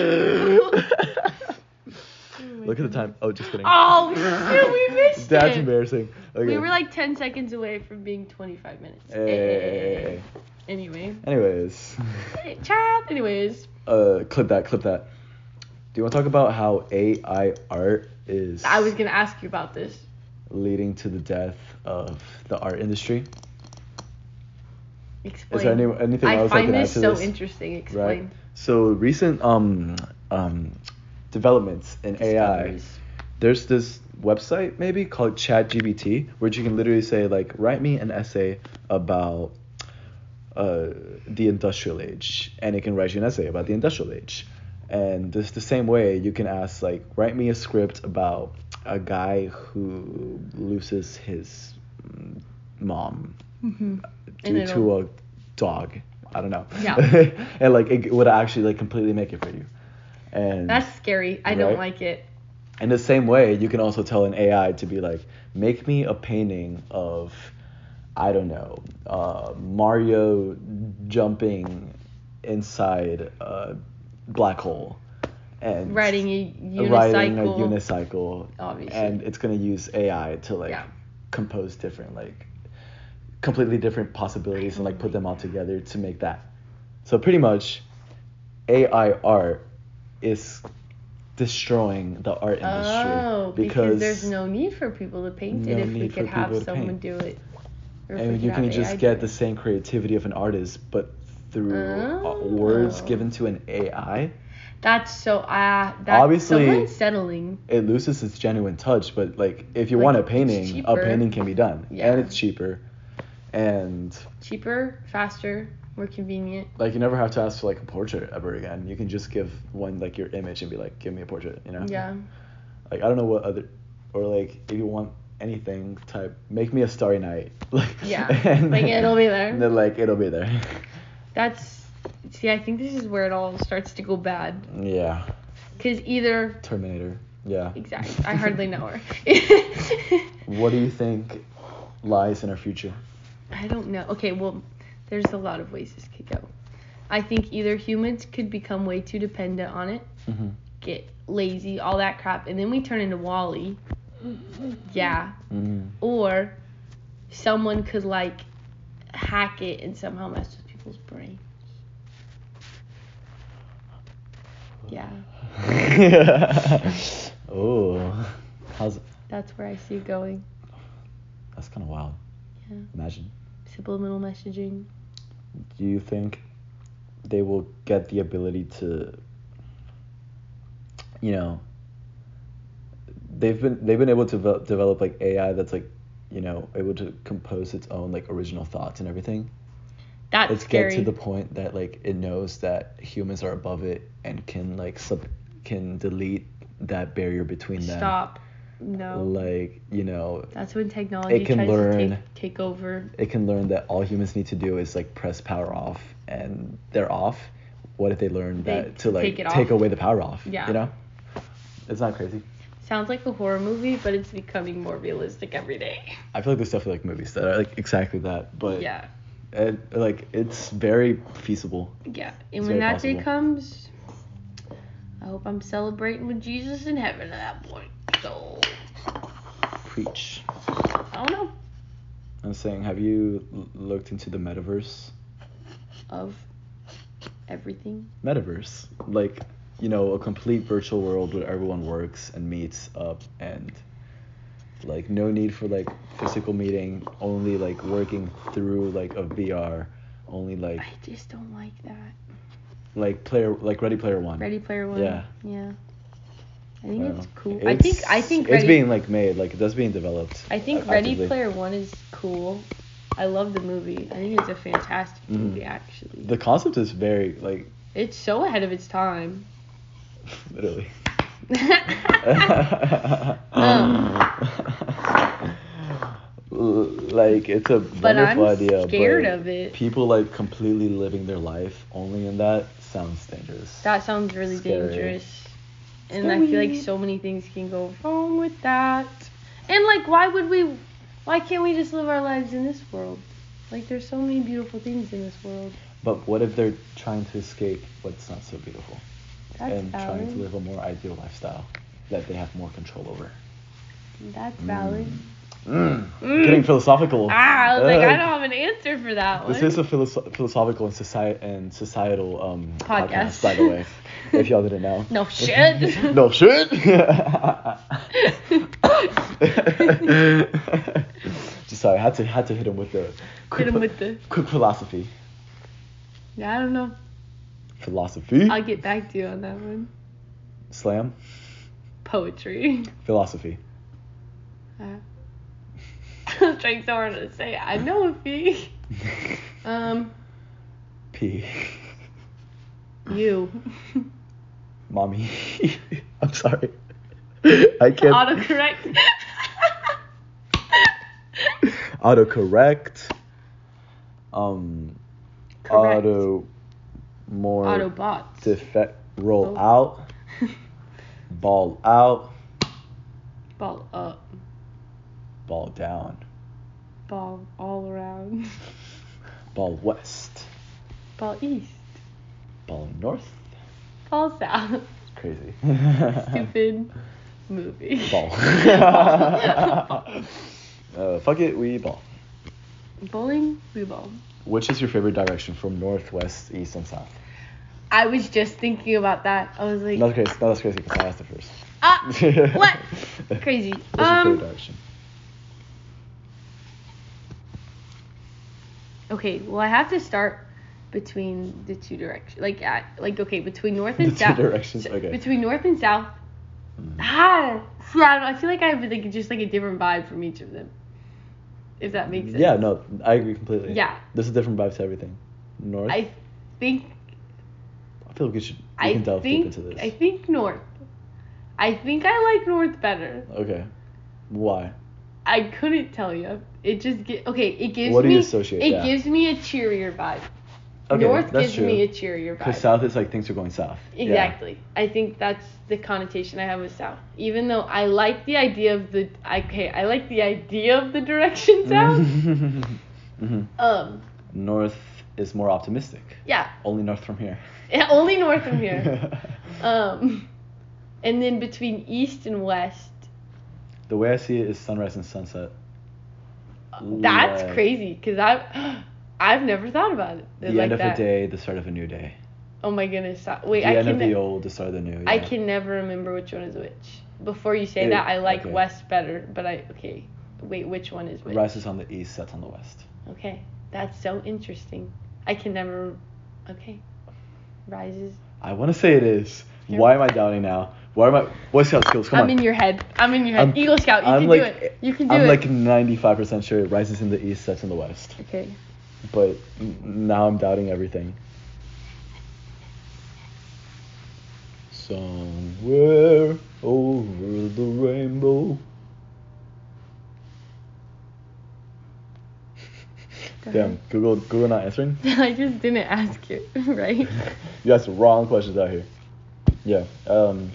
A: Look at the time. Oh, just kidding.
B: oh, shoot, we
A: (laughs)
B: missed
A: That's
B: it.
A: embarrassing. Okay.
B: We were like 10 seconds away from being 25 minutes.
A: Hey.
B: Anyway.
A: Anyways,
B: Hey, Child. Anyways,
A: uh, clip that, clip that. Do you want to talk about how AI art is
B: I was going to ask you about this.
A: leading to the death of the art industry?
B: Explain.
A: any- anything
B: I
A: else I
B: find
A: can add
B: this
A: to
B: so
A: this?
B: interesting. Explain.
A: Right. So recent um um developments in AI.
B: Discoveries.
A: There's this website maybe called ChatGPT where you can literally say like write me an essay about uh, the industrial age and it can write you an essay about the industrial age and this the same way you can ask like write me a script about a guy who loses his mm, mom
B: And
A: due to
B: it'll-
A: a dog i don't know
B: Yeah.
A: (laughs) and like it would actually like completely make it for you and
B: That's scary. I don't
A: Right?
B: like it.
A: in the same way, you can also tell an AI to be like, make me a painting of, I don't know, uh, Mario jumping inside a black hole and
B: Riding a unicycle.
A: riding a unicycle.
B: Obviously.
A: And it's going to use AI to like
B: Yeah.
A: compose different, like completely different possibilities and like put them all together to make that. So pretty much, AI art is destroying the art industry
B: oh, because there's no need for people to paint it
A: No
B: if we
A: need for
B: could have
A: people to
B: someone
A: paint.
B: do it. Or if we
A: and
B: could
A: you can
B: have
A: just
B: AI
A: get
B: do
A: the
B: it.
A: same creativity of an artist, but through uh, words
B: Oh.
A: given to an AI,
B: That's so ah. that's
A: Obviously-
B: so unsettling.
A: it loses its genuine touch. But like, if you
B: Like,
A: want a
B: it's
A: painting, a
B: cheaper.
A: painting can be done,
B: Yeah.
A: and it's cheaper, and
B: Cheaper, faster, more convenient.
A: like you never have to ask for like a portrait ever again. You can just give one like your image and be like, give me a portrait, you know?
B: Yeah.
A: Like I don't know what other, or like if you want anything type, make me a Starry Night. (laughs) Like
B: Yeah.
A: and-
B: Like, it'll be there.
A: And (laughs) then like it'll be there.
B: That's see. I think this is where it all starts to go bad.
A: yeah.
B: Cause either
A: Terminator. Yeah.
B: exactly. I hardly know her.
A: (laughs)
B: (laughs)
A: What do you think lies in our future?
B: I don't know. Okay, well, there's a lot of ways this could go. I think either humans could become way too dependent on it,
A: Mhm.
B: get lazy, all that crap, and then we turn into Wally. Yeah.
A: Mm.
B: Or someone could like hack it and somehow mess with people's brain. Yeah,
A: (laughs)
B: (laughs)
A: oh, Mm-hmm. how's
B: that's where I see it going.
A: that's kind of wild.
B: Yeah.
A: Imagine.
B: Subliminal messaging.
A: Do you think they will get the ability to, you know, they've been they've been able to develop, develop like AI that's like, you know, able to compose its own like original thoughts and everything.
B: That's
A: it's
B: scary.
A: get to the point that like it knows that humans are above it and can like sub can delete that barrier between them.
B: Stop. No.
A: Like you know,
B: that's when technology
A: can
B: tries to
A: learn.
B: take, take over.
A: it can learn that all humans need to do is like press power off and they're off. What if they learn
B: They
A: that to like
B: take
A: take,
B: it off.
A: away the power off?
B: Yeah.
A: You know, it's not crazy.
B: Sounds like a horror movie, but it's becoming more realistic every day.
A: I feel like there's definitely like movies that are like exactly that, but
B: yeah,
A: it, like it's very feasible.
B: yeah.
A: It's
B: And
A: very
B: when that
A: possible.
B: day comes, I hope I'm celebrating with Jesus in heaven at that point. So
A: Preach.
B: I don't know.
A: I'm saying, have you l- looked into the metaverse?
B: Of everything.
A: Metaverse, like you know, a complete virtual world where everyone works and meets up and like no need for like physical meeting, only like working through like a VR, only like
B: I just don't like that.
A: like player like Ready Player One.
B: Ready Player One.
A: Yeah.
B: Yeah. I think it's
A: So,
B: cool. I think I
A: it's-
B: think
A: it's
B: Ready
A: being like made, like that's being developed.
B: I think
A: a-
B: Ready
A: actively.
B: Player One is cool. I love the movie. I think it's a fantastic
A: Mhm.
B: movie actually.
A: The concept is very like (laughs)
B: it's so ahead of its time. (laughs)
A: literally.
B: Um,
A: (laughs) like it's a
B: but I'm
A: wonderful idea.
B: scared
A: but
B: of it.
A: People like completely living their life only in that sounds dangerous.
B: That sounds really
A: Scary.
B: dangerous. And I feel like
A: Scary.
B: so many things can go wrong with that. And like why would we why can't we just live our lives in this world? Like there's so many beautiful things in this world.
A: but what if they're trying to escape what's not so beautiful
B: That's um,
A: and trying
B: valid.
A: to live a more ideal lifestyle that they have more control over?
B: That's valid.
A: Mm.
B: Mm.
A: Getting philosophical.
B: Ah, I was like,
A: Ugh.
B: I don't have an answer for that one.
A: This is a philosoph- philosophical and, society- and societal um,
B: Podcast.
A: podcast. by the way, if y'all didn't know.
B: (laughs) No shit.
A: (laughs) no shit. (laughs) Just sorry, had to had to hit him with the quick,
B: Hit him
A: phi-
B: with the.
A: quick philosophy.
B: (laughs) Yeah, I don't know.
A: Philosophy.
B: I'll get back to you on that one.
A: Slam.
B: Poetry.
A: Philosophy.
B: Uh, I was (laughs) trying so hard to say it. I know a fee. Um,
A: P.
B: you.
A: Mommy. (laughs) I'm sorry. (laughs) I can't. (laughs)
B: Autocorrect.
A: autocorrect um
B: Correct.
A: auto more
B: Autobots.
A: defect roll
B: Oh.
A: out ball out
B: Ball uh, up.
A: ball down
B: Ball all around.
A: ball west
B: Ball east.
A: ball north
B: Ball south.
A: (laughs) crazy
B: Stupid movie. (laughs)
A: ball (laughs) uh, fuck it we ball
B: Bowling, we ball.
A: which is your favorite direction from north west east and south
B: I was just thinking about that. I was like,
A: no that's crazy no that's crazy because i asked it first
B: ah, what?
A: (laughs)
B: Crazy.
A: What's your
B: Um,
A: favorite direction
B: okay. Well, I have to start between the two directions. Like, I, like okay, between north
A: The
B: and
A: two
B: south.
A: directions, okay.
B: Between north and south. Ah, see, I, don't- I feel like I have like just like a different vibe from each of them. If that makes sense.
A: Yeah, no, I agree completely.
B: Yeah.
A: There's a different vibe to everything. North. I,
B: I think
A: feel like we should we
B: I
A: can delve
B: think
A: deep into this.
B: I think north. I think I like north better.
A: okay. Why?
B: I couldn't tell you. It just get okay. It gives
A: What do
B: me.
A: you associate?
B: It
A: Yeah.
B: gives me a cheerier vibe.
A: Okay,
B: North
A: that's
B: gives
A: true.
B: me a cheerier vibe.
A: Because south is like things are going south. Yeah. (laughs)
B: Exactly. I think that's the connotation I have with south. Even though I like the idea of the I- okay, I like the idea of
A: (laughs)
B: the direction south.
A: Mhm.
B: um,
A: North is more optimistic.
B: yeah,
A: Only north from here.
B: (laughs) yeah, only north from here.
A: (laughs)
B: um, and then between east and west,
A: the way I see it is sunrise and sunset.
B: that's
A: Like,
B: crazy because I I've (gasps) never thought about it
A: The
B: like
A: end of
B: that.
A: the day, the start of a new day.
B: Oh my goodness! so- Wait,
A: the
B: I
A: end
B: can
A: of the old, the start of the new.
B: I
A: yeah.
B: can never remember which one is which. Before you say
A: It-
B: that, I like
A: okay.
B: west better, but I okay. Wait, which one is which?
A: Rises on the east, sets on the west.
B: Okay, that's so interesting. I can never. Okay, rises.
A: I want to say it is.
B: Yeah.
A: Why am I doubting now? Why am I? Boy Scout skills. Come
B: I'm
A: on.
B: in your head. I'm in your head.
A: I'm-
B: Eagle Scout. You
A: I'm
B: can
A: like,
B: do it. You can do
A: I'm
B: it.
A: like 95% sure it rises in the east, sets in the west.
B: okay. (laughs)
A: But n- now I'm doubting everything. Somewhere over the rainbow.
B: Go
A: Damn, Google Google not answering.
B: I just didn't ask you, (laughs)
A: (laughs)
B: right?
A: You asked wrong questions out here. Yeah. Um,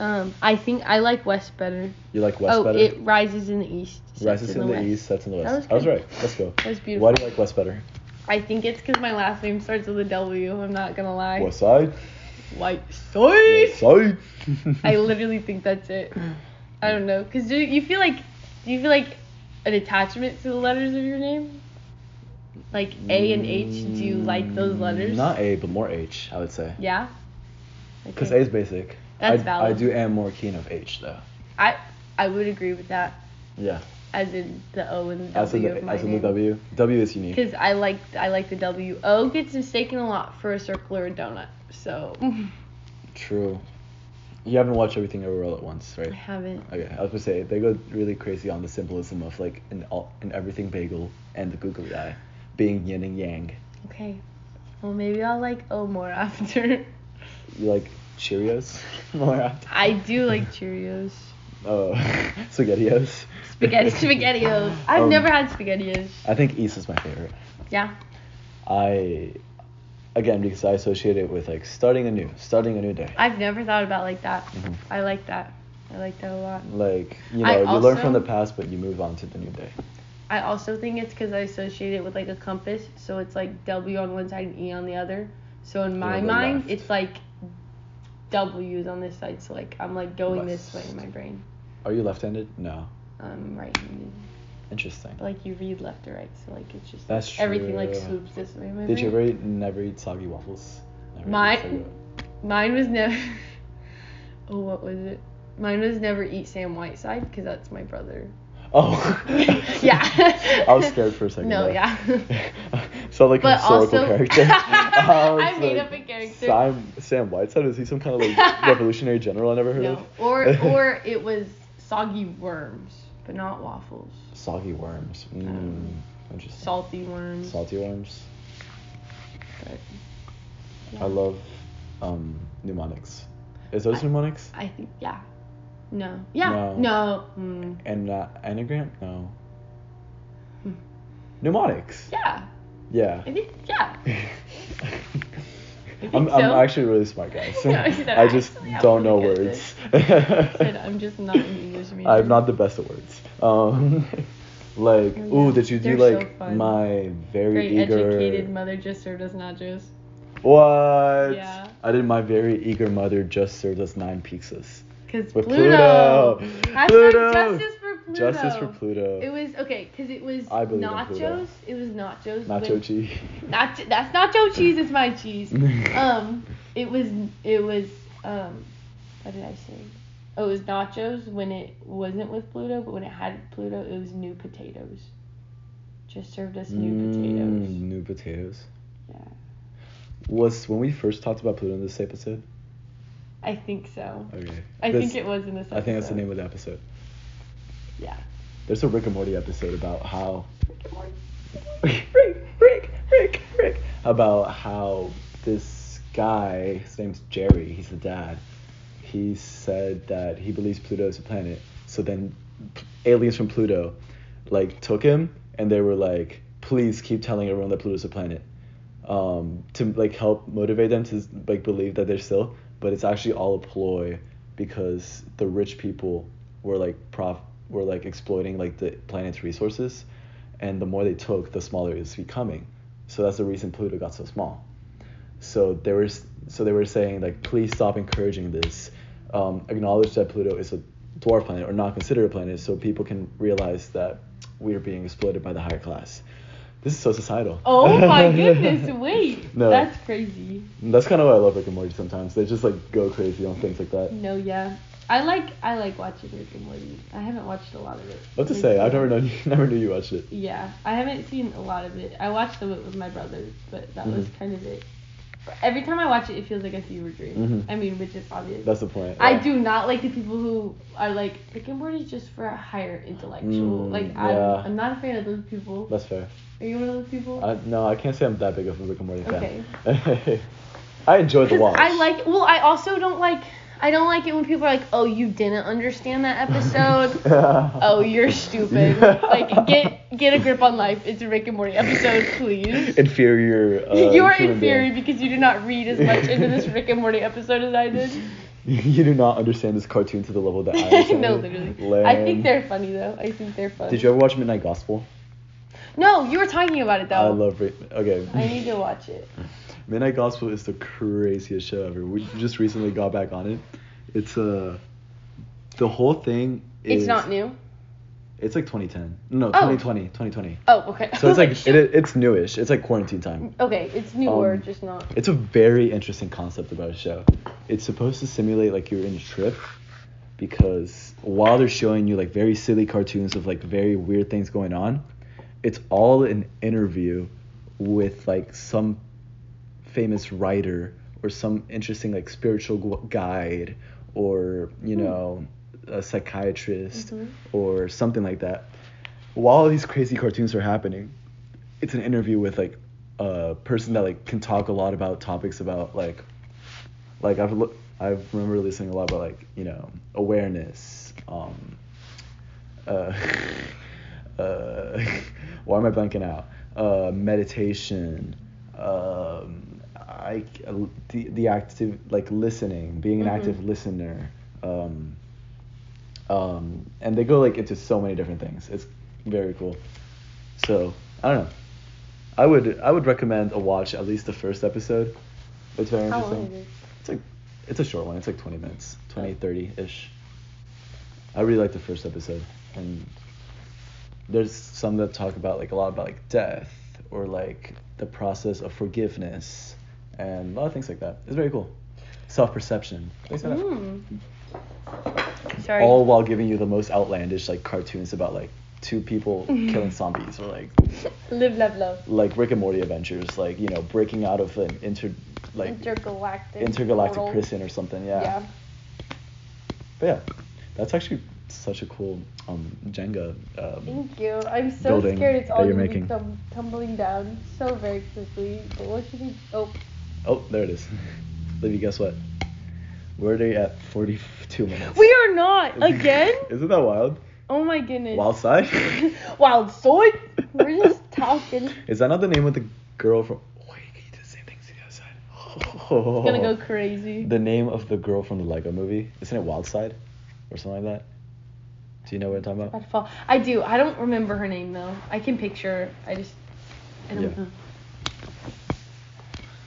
B: Um, I think I like west better.
A: you like west
B: oh,
A: better?
B: it rises in the east. sets
A: rises in the,
B: west.
A: east, sets in the
B: That
A: west.
B: was
A: I was
B: good.
A: right. Let's go.
B: That was beautiful.
A: Why do you like west better?
B: I think it's because my last name starts with a W. I'm not gonna lie.
A: West side.
B: White
A: West
B: soy.
A: side. (sighs)
B: I literally think that's it. I don't know, cause do you feel like, do you feel like an attachment to the letters of your name? Like A and H, do you like those letters?
A: Mm, Not A, but more H, I would say.
B: Yeah.
A: Because
B: Okay.
A: A is basic.
B: That's
A: I,
B: valid.
A: I do am more keen of H though.
B: I I would agree with that,
A: Yeah.
B: as in the O and the
A: As in
B: W of
A: the,
B: my
A: as in the
B: name.
A: W. W is unique.
B: Because I like I like the W. O gets mistaken a lot for a circle or a donut.
A: (laughs)
B: So
A: True. You haven't watched everything ever all at once,
B: I (laughs)
A: right?
B: haven't.
A: Okay, I was gonna say they go really crazy on the symbolism of like an all, an everything bagel and the googly eye being yin and yang.
B: Okay. Well, maybe I'll like O more (laughs) after.
A: You like Cheerios (laughs) more after?
B: I do like Cheerios.
A: Oh, (laughs) SpaghettiOs.
B: Spaghetti, SpaghettiOs. I've
A: Um,
B: never had SpaghettiOs.
A: (laughs) I think East is my favorite.
B: Yeah.
A: I, again, because I associate it with like starting anew, starting a new day.
B: I've never thought about like that.
A: Mhm.
B: I like that. I like that a lot.
A: Like you know,
B: I
A: you learn
B: also-
A: from the past, but you move on to the new day.
B: I also think it's because I associate it with like a compass, so it's like W on one side and E on the other. So in my
A: the
B: mind,
A: left.
B: it's like W is on this side, so like I'm like going this way in my
A: West.
B: brain.
A: Are you left-handed? No.
B: Um, right. and-
A: Interesting.
B: But, like you read left to right, so like it's just
A: That's
B: like, everything like
A: true.
B: swoops this way. in my
A: Did you
B: brain.
A: ever eat, never eat soggy waffles? Never eat
B: My-
A: soggy waffles.
B: Mine was never. (laughs) oh, what was it? Mine was never eat Sam Whiteside because that's my brother.
A: (laughs) Oh.
B: (laughs) Yeah.
A: I was scared for a second.
B: No,
A: there.
B: yeah.
A: (laughs) Sound like a
B: But
A: historical
B: also- (laughs)
A: character. (laughs)
B: I
A: was
B: made up a character.
A: Sam, Sam Whiteside is he some kind of
B: (laughs)
A: like revolutionary general I never heard
B: No.
A: of? (laughs)
B: Or or it was soggy worms, but not waffles.
A: Soggy worms. Mm,
B: Um,
A: interesting.
B: Salty worms.
A: Salty worms.
B: but-
A: I love um, mnemonics. Is those
B: I-
A: mnemonics?
B: I think yeah. No. Yeah.
A: No.
B: No. Mm.
A: And uh, anagram? No.
B: Hmm.
A: Mnemonics.
B: Yeah.
A: Yeah.
B: I think yeah.
A: (laughs)
B: You think
A: I'm, I'm
B: so?
A: actually really smart, guys.
B: (laughs) No, you're
A: I just
B: actually, I'm
A: don't know
B: really good at
A: words. (laughs)
B: this. said, "I'm just not an English major."
A: I'm not the best at words. Um, (laughs) like,
B: Oh,
A: ooh,
B: yeah.
A: did you do
B: They're so
A: like
B: fun.
A: my very,
B: Very
A: eager?
B: educated mother just served us nachos.
A: what?
B: Yeah.
A: I did. My very eager mother just served us nine pizzas.
B: Cause
A: With
B: Pluto.
A: Pluto.
B: Hashtag
A: Pluto.
B: Justice for Pluto.
A: Justice for Pluto.
B: It was okay, cause it was
A: I believe in Pluto.
B: nachos. It was nachos.
A: Nacho
B: with-
A: cheese. (laughs)
B: Nacho, that's nacho cheese. It's my cheese. um, it was it was um, what did I say? Oh, it was nachos when it wasn't with Pluto, but when it had Pluto, it was new potatoes. Just served us new
A: Mm,
B: potatoes.
A: new potatoes.
B: Yeah,
A: Was when we first talked about Pluto in this episode.
B: I think so.
A: Okay.
B: I
A: This-
B: think it was in this. Episode.
A: I think that's the name of the episode.
B: Yeah.
A: There's a Rick and Morty episode about how
B: Rick, Rick, Rick, Rick.
A: about how this guy, his name's Jerry, he's the dad. He said that he believes Pluto is a planet. So then p- aliens from Pluto like took him and they were like, please keep telling everyone that Pluto's a planet. Um, to like help motivate them to like believe that they're still, but it's actually all a ploy because the rich people were like prof were like exploiting like the planet's resources, and the more they took, the smaller it was becoming. So that's the reason Pluto got so small. So they were so they were saying like please stop encouraging this. Um, acknowledge that Pluto is a dwarf planet or not considered a planet, so people can realize that we are being exploited by the higher class. This is so societal. (laughs)
B: Oh my goodness! Wait,
A: No.
B: that's crazy.
A: That's kind of why I love Rick and Morty. Sometimes they just like go crazy on things like that.
B: No, yeah. I like I like watching Rick and Morty. I haven't watched a lot of it.
A: What to
B: Like,
A: say? I've never known, never knew you (laughs) watched it.
B: Yeah, I haven't seen a lot of it. I watched some of it with my brother, but that was
A: Mhm.
B: kind of it. Every time I watch it, it feels like a fever dream.
A: Mhm.
B: I mean, which is obvious.
A: That's the point.
B: I
A: yeah.
B: do not like the people who are like Rick and Morty's just for a higher intellectual.
A: Mm,
B: like
A: yeah.
B: I'm, I'm not a fan of those people.
A: That's fair.
B: are you one of those people?
A: I, no, I can't say I'm that big of a Rick and Morty fan.
B: Okay.
A: (laughs) I enjoyed the
B: 'Cause
A: watch.
B: I like. Well, I also don't like. I don't like it when people are like, "Oh, you didn't understand that
A: (laughs)
B: episode." Oh, you're stupid. Like get get a grip on life. It's a Rick and Morty episode, please.
A: Inferior.
B: (laughs)
A: Uh,
B: you are
A: human
B: inferior
A: being.
B: because you did not read as much into this Rick and Morty episode
A: (laughs)
B: as I did.
A: you do not understand this cartoon to the level that I understand
B: (laughs) no,
A: it.
B: literally.
A: Lame.
B: I think they're funny though. I think they're funny.
A: Did you ever watch Midnight Gospel?
B: No, you were talking about it though.
A: I love it. Okay.
B: I need to
A: (laughs)
B: watch it.
A: Midnight Gospel is the craziest show ever. We just recently got back on it. It's uh, the whole thing. Is,
B: It's not new.
A: It's like 2010. No,
B: Oh.
A: 2020. 2020.
B: Oh, okay.
A: So
B: (laughs)
A: it's like it, it's newish. It's like quarantine time.
B: okay, it's newer,
A: Um,
B: just not.
A: It's a very interesting concept about a show. It's supposed to simulate like you're in a trip because while they're showing you like very silly cartoons of like very weird things going on, it's all an interview with like some famous writer or some interesting like spiritual gu- guide or you
B: Hmm.
A: know a psychiatrist
B: Mhm.
A: or something like that. While these crazy cartoons are happening, it's an interview with like a person that like can talk a lot about topics about like like I've lo- I remember listening a lot about like you know awareness. Um, uh, (laughs) uh, why am I blanking out? Uh, meditation. Um, I the the active like listening, being an
B: Mhm.
A: active listener. Um, um, and they go like into so many different things. It's very cool. So I don't know. I would I would recommend a watch at least the first episode. It's very
B: How
A: interesting.
B: long is it?
A: It's like it's a short one. It's like 20 minutes, 20 30 ish. I really like the first episode, and there's some that talk about like a lot about like death or like the process of forgiveness and a lot of things like that. It's very cool. Self perception.
B: Mm. Hmm. Sorry.
A: All while giving you the most outlandish like cartoons about like two
B: (laughs)
A: people killing zombies or like
B: Live, (laughs) love, love.
A: like Rick and Morty adventures, like you know breaking out of an inter like
B: intergalactic.
A: intergalactic
B: portal.
A: prison or something.
B: Yeah.
A: But yeah, that's actually such a cool um, Jenga. Um,
B: Thank you. I'm so
A: Building
B: scared it's
A: that
B: all
A: you're
B: gonna
A: making.
B: be tum- tumbling down so very quickly. But what should we? Oh,
A: oh, there it is. (laughs) Libby, guess what? We're already at 42 minutes.
B: we are not again.
A: (laughs) Isn't that wild?
B: Oh my goodness.
A: Wild side?
B: (laughs) Wild sword.
A: (laughs)
B: We're just talking.
A: Is that not the name of the girl from? Wait, can you do the same thing to the other side? Oh.
B: It's gonna
A: (laughs)
B: go crazy.
A: The name of the girl from the Lego Movie isn't it Wild Side or something like that? Do you know what I'm talking about?
B: I'd fall. I do. I don't remember her name though. I can picture. her. I just. I don't
A: Yeah.
B: know.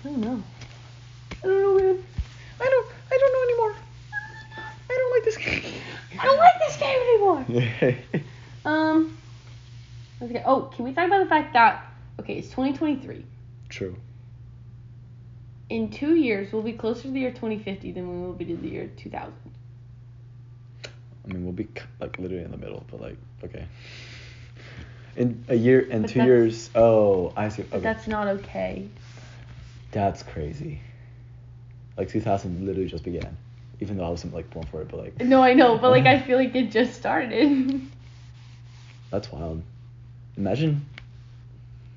B: I don't know. I don't know, man. I don't. I don't know anymore.
A: I don't like this (laughs) game.
B: I don't like this game anymore.
A: game.
B: Um. Okay. Oh, can we talk about the fact that okay, it's 2023.
A: True.
B: In two years, we'll be closer to the year 2050 than we will be to the year 2000.
A: I mean, we'll be k- like literally in the middle, but like, okay. In a year and
B: But
A: two
B: that's-
A: years. Oh, I see.
B: But
A: Okay.
B: that's not okay.
A: That's crazy. Like 2000 literally just began, even though I wasn't like born for it, but like
B: No, I know, but like I feel like it just started. (laughs)
A: that's wild. Imagine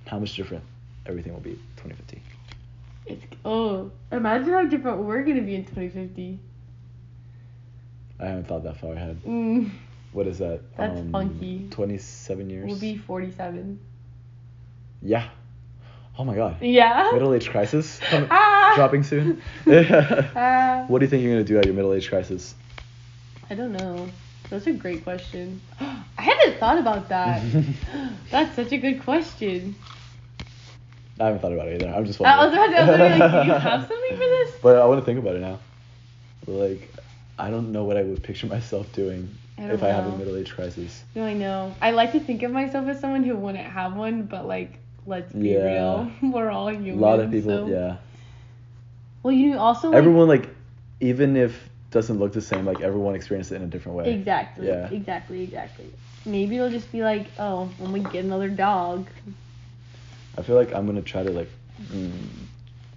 A: how much different everything will be 2050.
B: it's oh, imagine how different we're gonna be in 2050.
A: I haven't thought that far ahead.
B: Mm.
A: What is that?
B: That's funky.
A: 27 years.
B: We'll be 47.
A: Yeah. Oh my God.
B: Yeah.
A: Middle age crisis coming,
B: (laughs) Ah.
A: dropping soon.
B: (laughs)
A: (laughs)
B: Ah.
A: What do you think you're gonna do at your middle age crisis?
B: I don't know. That's a great question. (gasps) I haven't thought
A: (laughs)
B: about that. That's such a good question.
A: I haven't thought about it either. I'm just
B: I was
A: wondering.
B: about to- I was gonna be like,
A: (laughs)
B: "Do you have something for this?"
A: But I want to think about it now. Like, I don't know what I would picture myself doing
B: I don't
A: if I have a
B: know.
A: middle age crisis.
B: No, I know. I like to think of myself as someone who wouldn't have one, but like, let's be
A: Yeah.
B: real. (laughs) We're all
A: A
B: human.
A: lot of people,
B: so-
A: yeah.
B: Well, you also like,
A: Everyone like, even if doesn't look the same, like everyone experiences it in a different way.
B: Exactly.
A: Yeah.
B: Exactly. Exactly. Maybe it'll just be like, oh, when we get another dog.
A: I feel like I'm gonna try to like mm,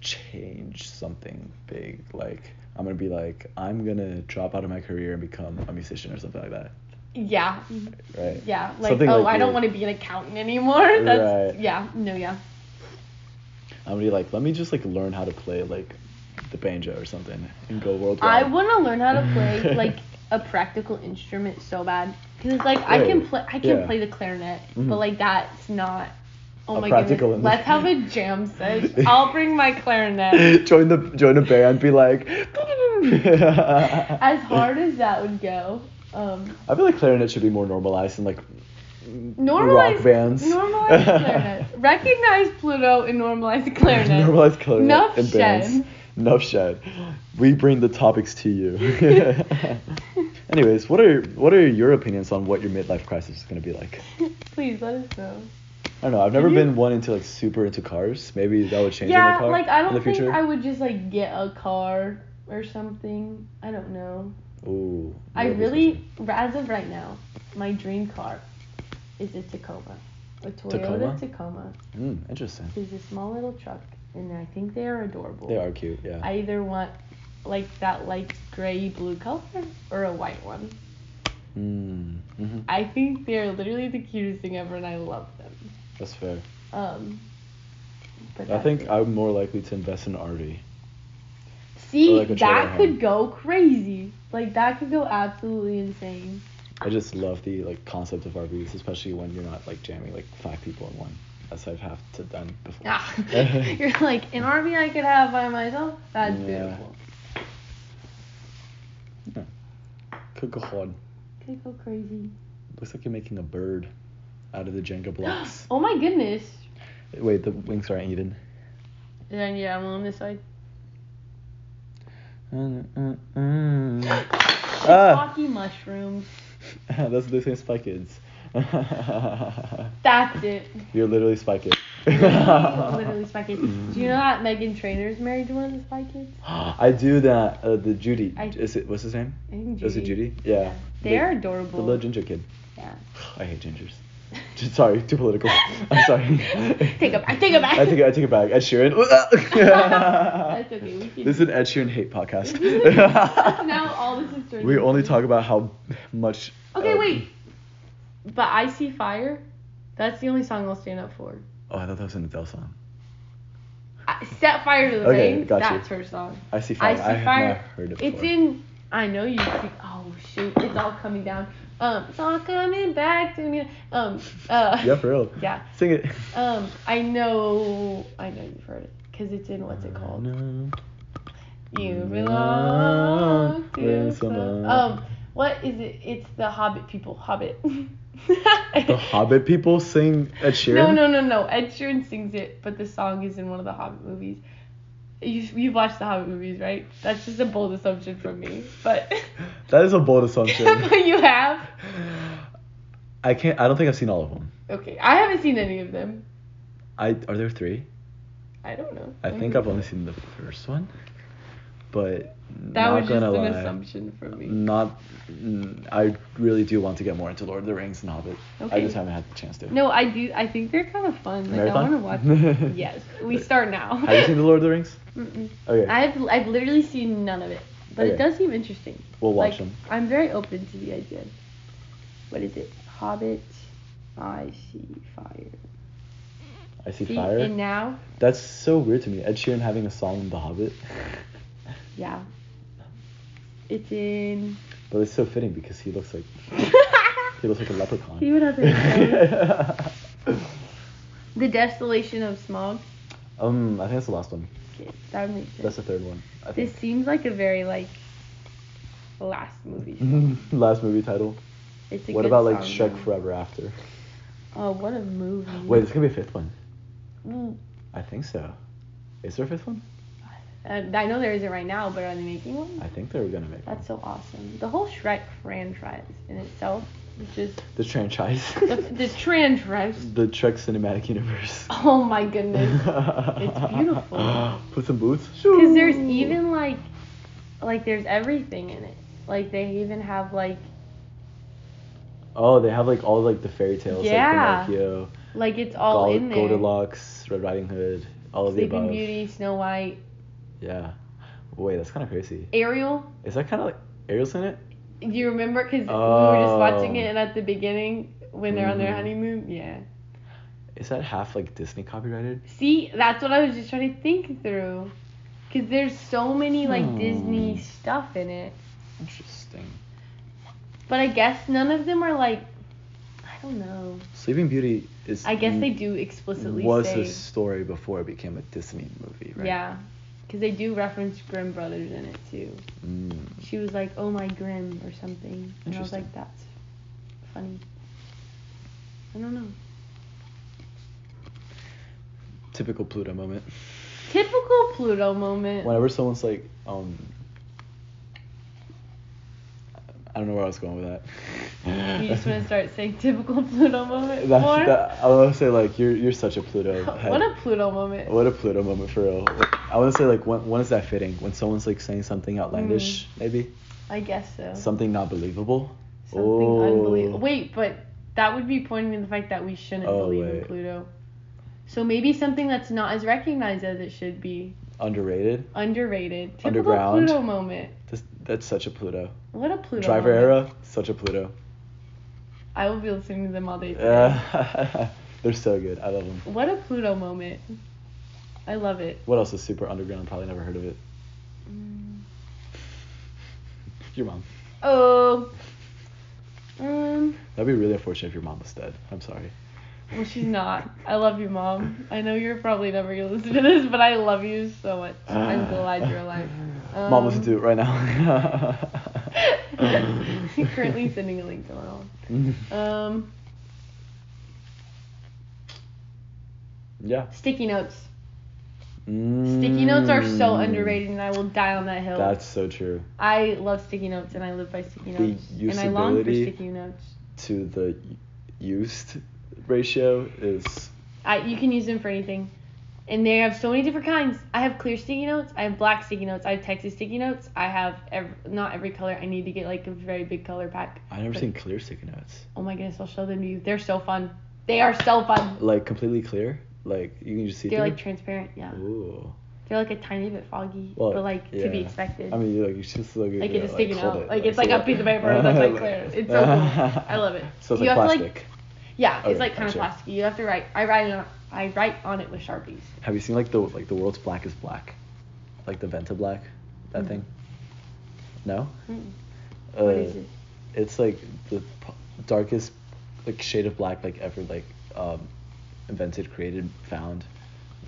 A: change something big. Like I'm gonna be like I'm gonna drop out of my career and become a musician or something like that,
B: Yeah.
A: right?
B: Yeah. Like,
A: Something
B: oh,
A: like
B: I don't
A: you.
B: want to be an accountant anymore. (laughs) That's
A: Right.
B: yeah. No, yeah.
A: I'm gonna be like, let me just like learn how to play like the banjo or something and go worldwide.
B: I want to learn how to
A: (laughs)
B: play like a practical instrument so bad because it's like I can
A: Right.
B: play I can
A: Yeah.
B: play the clarinet,
A: Mhm.
B: but like that's not. Oh
A: A
B: my
A: practical
B: goodness! Let's have a
A: instrument.
B: jam session. I'll bring my
A: (laughs) (laughs)
B: clarinet.
A: join the join a band, be
B: (laughs)
A: like.
B: As
A: as
B: hard as that would go, um,
A: I feel like clarinet should be more normalized in like
B: normalize
A: rock bands. (laughs)
B: Normalize clarinet. Recognize Pluto and normalize
A: (laughs)
B: clarinet.
A: normalized clarinet
B: Nuff
A: in bands.
B: shed.
A: Enough shed. We bring the topics to you. (laughs) Anyways, what are what are your opinions on what your midlife crisis is gonna be like?
B: Please let us know.
A: I don't know. I've never
B: you-
A: been one into like super into cars. Maybe that would change in
B: yeah,
A: the car
B: like I
A: in the
B: don't think
A: future.
B: I would just like get a car or something. I don't know.
A: Ooh.
B: I
A: that'd be
B: really,
A: interesting.
B: as of right now, my dream car is a Tacoma, a Toyota
A: Tacoma?
B: Tacoma.
A: Mm, interesting.
B: It's a small little truck, and I think they are adorable.
A: They are cute. Yeah.
B: I either want like that light gray blue color or a white one.
A: Mm, hmm
B: I think they are literally the cutest thing ever, and I love them.
A: That's fair.
B: Um, but
A: I
B: that's
A: think
B: it.
A: I'm more likely to invest in RV.
B: See,
A: Or, like, a trailer
B: that
A: home.
B: could go crazy. Like that could go absolutely insane.
A: I just love the like concept of RVs, especially when you're not like jamming like five people in one, as I've have to done before.
B: Ah, (laughs) you're like an army I could have by myself. That's
A: Yeah.
B: beautiful.
A: Good God.
B: Could go crazy.
A: Looks like you're making a bird out of the
B: (gasps)
A: Jenga blocks.
B: Oh my goodness.
A: Wait, the wings aren't
B: (gasps)
A: even.
B: Then yeah, I'm on this side.
A: (laughs) Ah.
B: Hockey mushrooms.
A: That's the same Spy Kids.
B: (laughs)
A: (laughs)
B: That's it.
A: You're literally Spy Kid.
B: (laughs)
A: (laughs)
B: Literally Spy Kids. Do you know that Megan Trainor's married to one of the Spy Kids?
A: (gasps) I do that. Uh, the Judy.
B: I-
A: Is it? What's his name?
B: I think
A: Is it Judy? Yeah.
B: They
A: The-
B: are
A: The
B: adorable.
A: little ginger kid.
B: Yeah.
A: I hate gingers. Just- (laughs)
B: (laughs)
A: sorry, too political. (laughs) I'm sorry.
B: Take it back, take it back.
A: I take it. I take it back. Ed Sheeran.
B: (laughs) That's okay, we
A: (laughs)
B: can-
A: This is an Ed Sheeran hate podcast.
B: (laughs) now all this is
A: (laughs)
B: turning
A: we only
B: into-
A: talk about how much.
B: Okay,
A: uh,
B: wait. But I See Fire, that's the only song I'll stand up for.
A: Oh, I thought that was an Adele song.
B: I, Set Fire to the
A: Okay,
B: Rain,
A: got you.
B: that's her song.
A: I see fire.
B: I
A: I,
B: See
A: have
B: Fire.
A: not heard it.
B: It's
A: before.
B: in. I know you. See, oh shoot! It's all coming down. Um, it's all coming back to me. Um, uh.
A: Yeah, for real.
B: (laughs) Yeah.
A: Sing it.
B: Um, I know. I know you've heard it because it's in what's it called?
A: No.
B: You belong
A: Yeah,
B: to
A: so
B: some-
A: no.
B: Um, what is it? It's the Hobbit people. Hobbit. (laughs)
A: The Hobbit people sing Ed Sheeran.
B: No, no, no, no. Ed Sheeran sings it, but the song is in one of the Hobbit movies. You, you've watched the Hobbit movies, right? That's just a bold assumption from me, but (laughs)
A: That is a bold assumption.
B: but you have.
A: I can't. I don't think I've seen all of them.
B: Okay, I haven't seen any of them.
A: I are there three?
B: I don't know.
A: I think I've only seen the first one, but
B: That
A: not
B: was just
A: gonna
B: an
A: lie,
B: assumption from me.
A: Not, mm, I really do want to get more into Lord of the Rings and Hobbit. I
B: Okay.
A: just haven't had the chance to.
B: No, I do. I think they're kind of fun. Like I
A: Marathon? (laughs)
B: want to watch. them. yes, we start now.
A: Have you seen
B: (laughs)
A: the Lord of the Rings?
B: Mm-mm.
A: Okay,
B: I've I've literally seen none of it, but
A: Okay.
B: it does seem interesting.
A: we'll watch
B: like,
A: them.
B: I'm very open to the idea. What is it? Hobbit. I see fire.
A: I see
B: See,
A: fire.
B: and now,
A: That's so weird to me. Ed Sheeran having a song in The
B: (laughs)
A: Hobbit,
B: yeah.
A: (laughs)
B: It's in.
A: but it's so fitting because he looks like he looks like a leprechaun.
B: See what I
A: (laughs)
B: think, the desolation of smog.
A: um, I think that's the last one.
B: Okay, that makes sense.
A: That's the third one. I
B: This
A: think.
B: seems like a very like last movie.
A: (laughs) last movie title.
B: It's
A: Mm-hmm.
B: a
A: What
B: good
A: about like
B: song,
A: Shrek
B: though.
A: Forever After?
B: Oh, what a movie!
A: Wait, there's gonna be a fifth one.
B: Mm.
A: I think so. Is there a fifth one?
B: And Uh, I know there isn't right now, but are they making one?
A: I think they were gonna make
B: That's so awesome. The whole Shrek franchise in itself is just
A: one. The franchise. (laughs)
B: (laughs) the, the franchise.
A: the Trek cinematic universe.
B: Oh my
A: (laughs)
B: goodness!
A: it's
B: beautiful.
A: (gasps) Put some boots.
B: Because there's even like, like there's everything in it. Like they even have like,
A: Oh, they have like all like the fairy tales.
B: Yeah.
A: Like Pinocchio,
B: like it's all
A: Gol-
B: in there.
A: Goldilocks, Red Riding Hood, all of the
B: Sleeping
A: above.
B: Beauty, Snow White,
A: Yeah. Wait, that's kind of crazy.
B: Ariel.
A: Is that kind of like Ariel's in it?
B: Do you remember? Because we were just watching
A: Oh.
B: it, and at the beginning, when they're on their
A: Mhm.
B: honeymoon, yeah.
A: Is that half like Disney copyrighted?
B: See, that's what I was just trying to think through. Because there's so many, like,
A: Hmm.
B: Disney stuff in it.
A: Interesting.
B: But I guess none of them are, like, I don't know.
A: Sleeping Beauty is.
B: I guess they do explicitly
A: was
B: say.
A: a story before it became a Disney movie, right?
B: Yeah. Because they do reference Grimm Brothers in it, too.
A: Mm.
B: She was like, oh my Grimm, or something. And I was
A: Interesting.
B: like, that's funny. I don't know.
A: Typical Pluto moment.
B: Typical Pluto moment.
A: Whenever someone's like, um, I- I don't know where I was going with that.
B: You just want to start saying typical Pluto
A: (laughs)
B: moment
A: That's-
B: more?
A: (laughs) that- I want to say like you're you're such a Pluto. head.
B: (laughs) what a Pluto moment.
A: What a Pluto moment for real. I want to say like when, when is that fitting? When someone's like saying something outlandish,
B: Mm.
A: maybe
B: I guess so.
A: something not believable.
B: Something unbelievable. Wait, but that would be pointing to the fact that we shouldn't
A: Oh,
B: believe in
A: wait.
B: Pluto. So maybe something that's not as recognized as it should be.
A: Underrated.
B: Underrated. Typical
A: Underground.
B: Pluto moment.
A: That's, that's such a Pluto.
B: What a Pluto
A: Driver
B: moment.
A: era, such a Pluto.
B: I will be listening to them all day today.
A: Uh, (laughs) they're so good. I love them.
B: What a Pluto moment. I love it.
A: What else is super underground? Probably never heard of it. (laughs)
B: Mm.
A: Your mom.
B: Oh. Um.
A: That'd be really unfortunate if your mom was dead. I'm sorry.
B: Well, she's not. I love you, mom. I know you're probably never gonna listen to this, but I love you so much.
A: (sighs)
B: I'm glad you're alive. Um,
A: mom, listen to it right (laughs) now.
B: (laughs) currently sending a link to my mom.
A: Mm-hmm.
B: Um,
A: yeah.
B: sticky notes. Sticky notes are so
A: Mm.
B: underrated, and I will die on that hill.
A: That's so true.
B: I love sticky notes, and I live by sticky
A: The
B: notes, and I long for
A: usability-
B: sticky notes.
A: To the used ratio is
B: I, you can use them for anything. And they have so many different kinds. I have clear sticky notes. I have black sticky notes. I have Texas sticky notes. I have ev- not every color. I need to get like a very big color pack.
A: I never
B: But-
A: seen clear sticky notes.
B: Oh my goodness, I'll show them to you. They're so fun. They are so fun.
A: Like completely clear. Like you can just see
B: They're
A: through.
B: like transparent. Yeah.
A: Ooh.
B: They're like a tiny bit foggy,
A: Well,
B: but like to be
A: yeah.
B: expected.
A: I mean, you like you just look at
B: like
A: it,
B: it's a sticky
A: hold
B: note.
A: it,
B: Like it's
A: see
B: like a
A: that.
B: piece of paper that's
A: (laughs)
B: like clear. It's so cool. I love it.
A: So it's
B: You
A: like
B: have to, like-
A: plastic.
B: Yeah,
A: Okay,
B: it's like kind of
A: gotcha.
B: plasticky. You have to write. I write on. I write on it with sharpies.
A: Have you seen like the like the world's blackest black, like the Venta Black, that
B: Mhm.
A: thing? No.
B: Mm.
A: Uh,
B: what is it?
A: It's like the p- darkest like shade of black like ever like um, invented, created, found.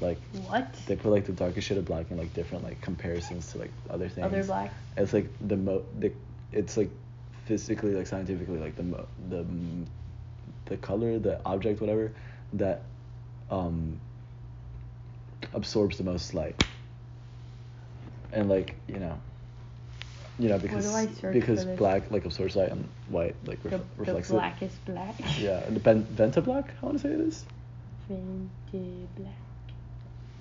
A: Like
B: What?
A: they put like the darkest shade of black in like different like comparisons to like other things.
B: Other Oh, black.
A: It's like the mo the it's like physically like scientifically like the mo- the m- the color the object whatever that um absorbs the most light and like you know you know because
B: do I search
A: because
B: for this?
A: black like absorbs light and white like ref-
B: The, the
A: reflects it
B: blackest black.
A: yeah and the ben- venta black I want to say it is
B: Fenty black.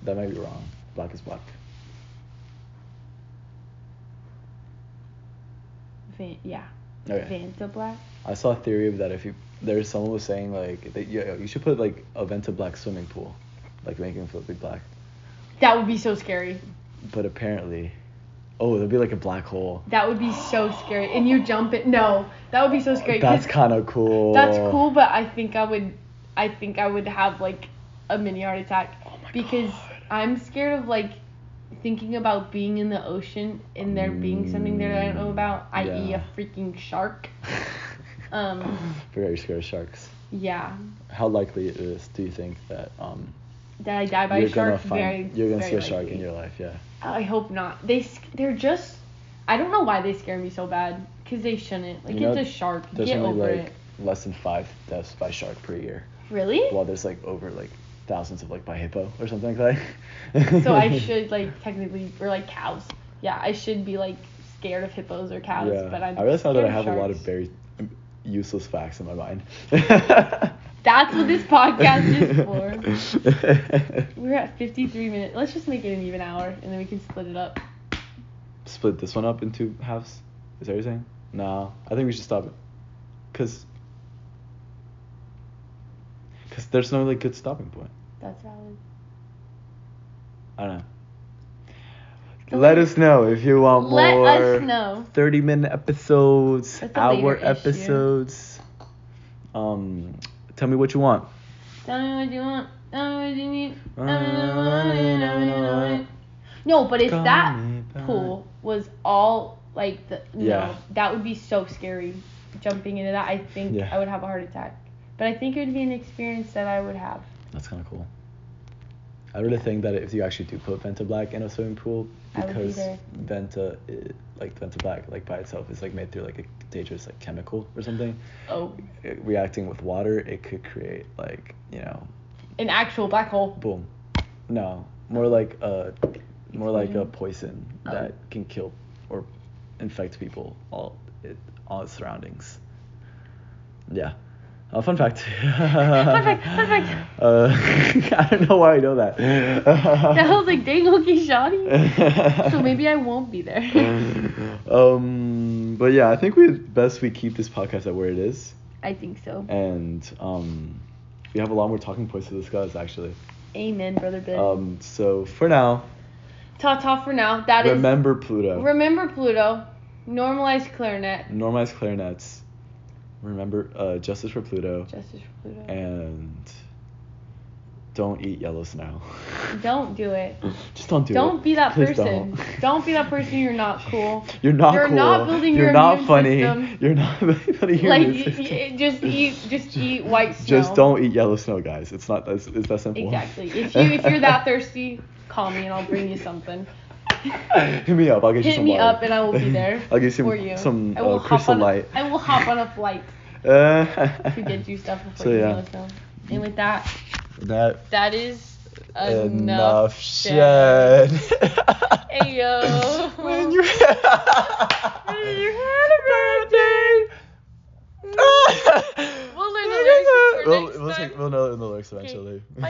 A: that might be wrong black is black
B: Ven- yeah.
A: okay
B: Vanta black.
A: I saw a theory of that if you there's someone was saying like that you, you should put like a Venta Black swimming pool, like making it completely black.
B: That would be so scary.
A: But apparently, oh, there'd be like a black hole.
B: That would be so scary. And you jump it. No, that would be so scary. 'cause
A: That's kind of cool.
B: That's cool, but I think I would, I think I would have like a mini heart attack
A: Oh my
B: because
A: God.
B: I'm scared of like thinking about being in the ocean and there being something there that I don't know about, i.e.
A: Mm, Yeah.
B: a freaking shark.
A: (laughs)
B: Um,
A: Forgot you're scared of sharks.
B: yeah,
A: How likely it is do you think that um
B: that I die by
A: you're
B: a shark.
A: gonna find
B: very,
A: you're gonna
B: very
A: see a shark
B: likely.
A: in your life? Yeah.
B: I hope not. They sc- they're just. I don't know why they scare me so bad. Cause they shouldn't. Like
A: You know,
B: it's a shark.
A: There's
B: Get
A: only
B: over
A: like
B: it.
A: less than five deaths by shark per year.
B: Really?
A: While there's like over like thousands of like by hippo or something like that.
B: so
A: (laughs)
B: I should like technically or like cows. Yeah, I should be like scared of hippos or cows, but I'm
A: I realize now that
B: scared
A: I have a lot of
B: sharks.
A: very um, useless facts in my mind. (laughs)
B: That's what this
A: (laughs)
B: podcast is for. We're at 53 minutes. Let's just make it an even hour and then we can split it up.
A: Split this one up into halves. Is that what you're saying? No, I think we should stop it. Cause, cause there's no like good stopping point.
B: That's valid.
A: I don't know. Let us know if you want more.
B: Let us know.
A: 30 minute episodes,
B: That's a
A: hour
B: later issue.
A: episodes. Um, tell me what you want.
B: Tell me what you want. Tell me what you need. Tell me what you want, and I will know it. No, but if
A: Call
B: that
A: me back.
B: pool was all like the no,
A: Yeah.
B: that would be so scary. Jumping into that, I think
A: Yeah.
B: I would have a heart attack. But I think it would be an experience that I would have.
A: That's kind of cool. I really think that if you actually do put Venta Black in a swimming pool,
B: I would be
A: because
B: there.
A: Venta, i like Venta Black, like by itself is like made through like a dangerous like chemical or something,
B: Oh,
A: it, reacting with water, it could create like you know,
B: an actual
A: (laughs)
B: black hole.
A: boom, no, more like a, more like a
B: Explosion?
A: poison
B: Oh.
A: that can kill or infect people all it, all its surroundings. Yeah. Uh, fun fact. (laughs)
B: Fun fact, fun fact.
A: Uh, (laughs) I don't know why I know that.
B: (laughs) That was
A: (laughs)
B: like dang okay shoddy. so maybe I won't be there.
A: um, but yeah, I think we best we keep this podcast at where it is,
B: (laughs) I think so.
A: and um, we have a lot more talking points to discuss actually.
B: Amen, brother Ben.
A: Um, so for now,
B: ta ta for now. That is
A: remember Pluto.
B: remember Pluto. Normalize clarinet.
A: Normalize clarinets. Remember uh, justice for Pluto,
B: Justice for Pluto.
A: and don't eat yellow snow. (laughs)
B: don't do it.
A: Just don't do
B: Don't
A: it.
B: be that
A: Please
B: person.
A: don't.
B: Don't be that person. You're not cool.
A: (laughs) You're not
B: You're
A: cool.
B: not building
A: You're
B: your
A: not
B: immune
A: funny.
B: system.
A: You're not (laughs) building your
B: like
A: immune
B: y-
A: system.
B: y- just eat,
A: (laughs)
B: just eat white snow.
A: Just don't eat yellow snow, guys. It's not that's it's that simple. (laughs)
B: Exactly. If you if you're that thirsty, call me and I'll bring you something.
A: (laughs) hit me up. I'll get you
B: Hit
A: some
B: me
A: water.
B: up and I
A: (laughs)
B: will be there
A: I'll get you
B: for
A: some,
B: you.
A: some
B: I will
A: uh,
B: hop
A: crystal
B: on a-
A: light.
B: I will hop on a flight
A: (laughs) Uh,
B: to
A: (laughs)
B: get you stuff before
A: So,
B: you
A: yeah.
B: let us know. And with that,
A: That
B: that is enough.
A: enough
B: said.
A: shed. (laughs)
B: Ayo.
A: when you when
B: you
A: had a bad day. (laughs) we'll
B: lyrics for
A: we'll,
B: next
A: we'll,
B: time.
A: take- we'll know the lyrics eventually. (laughs)
B: Bye,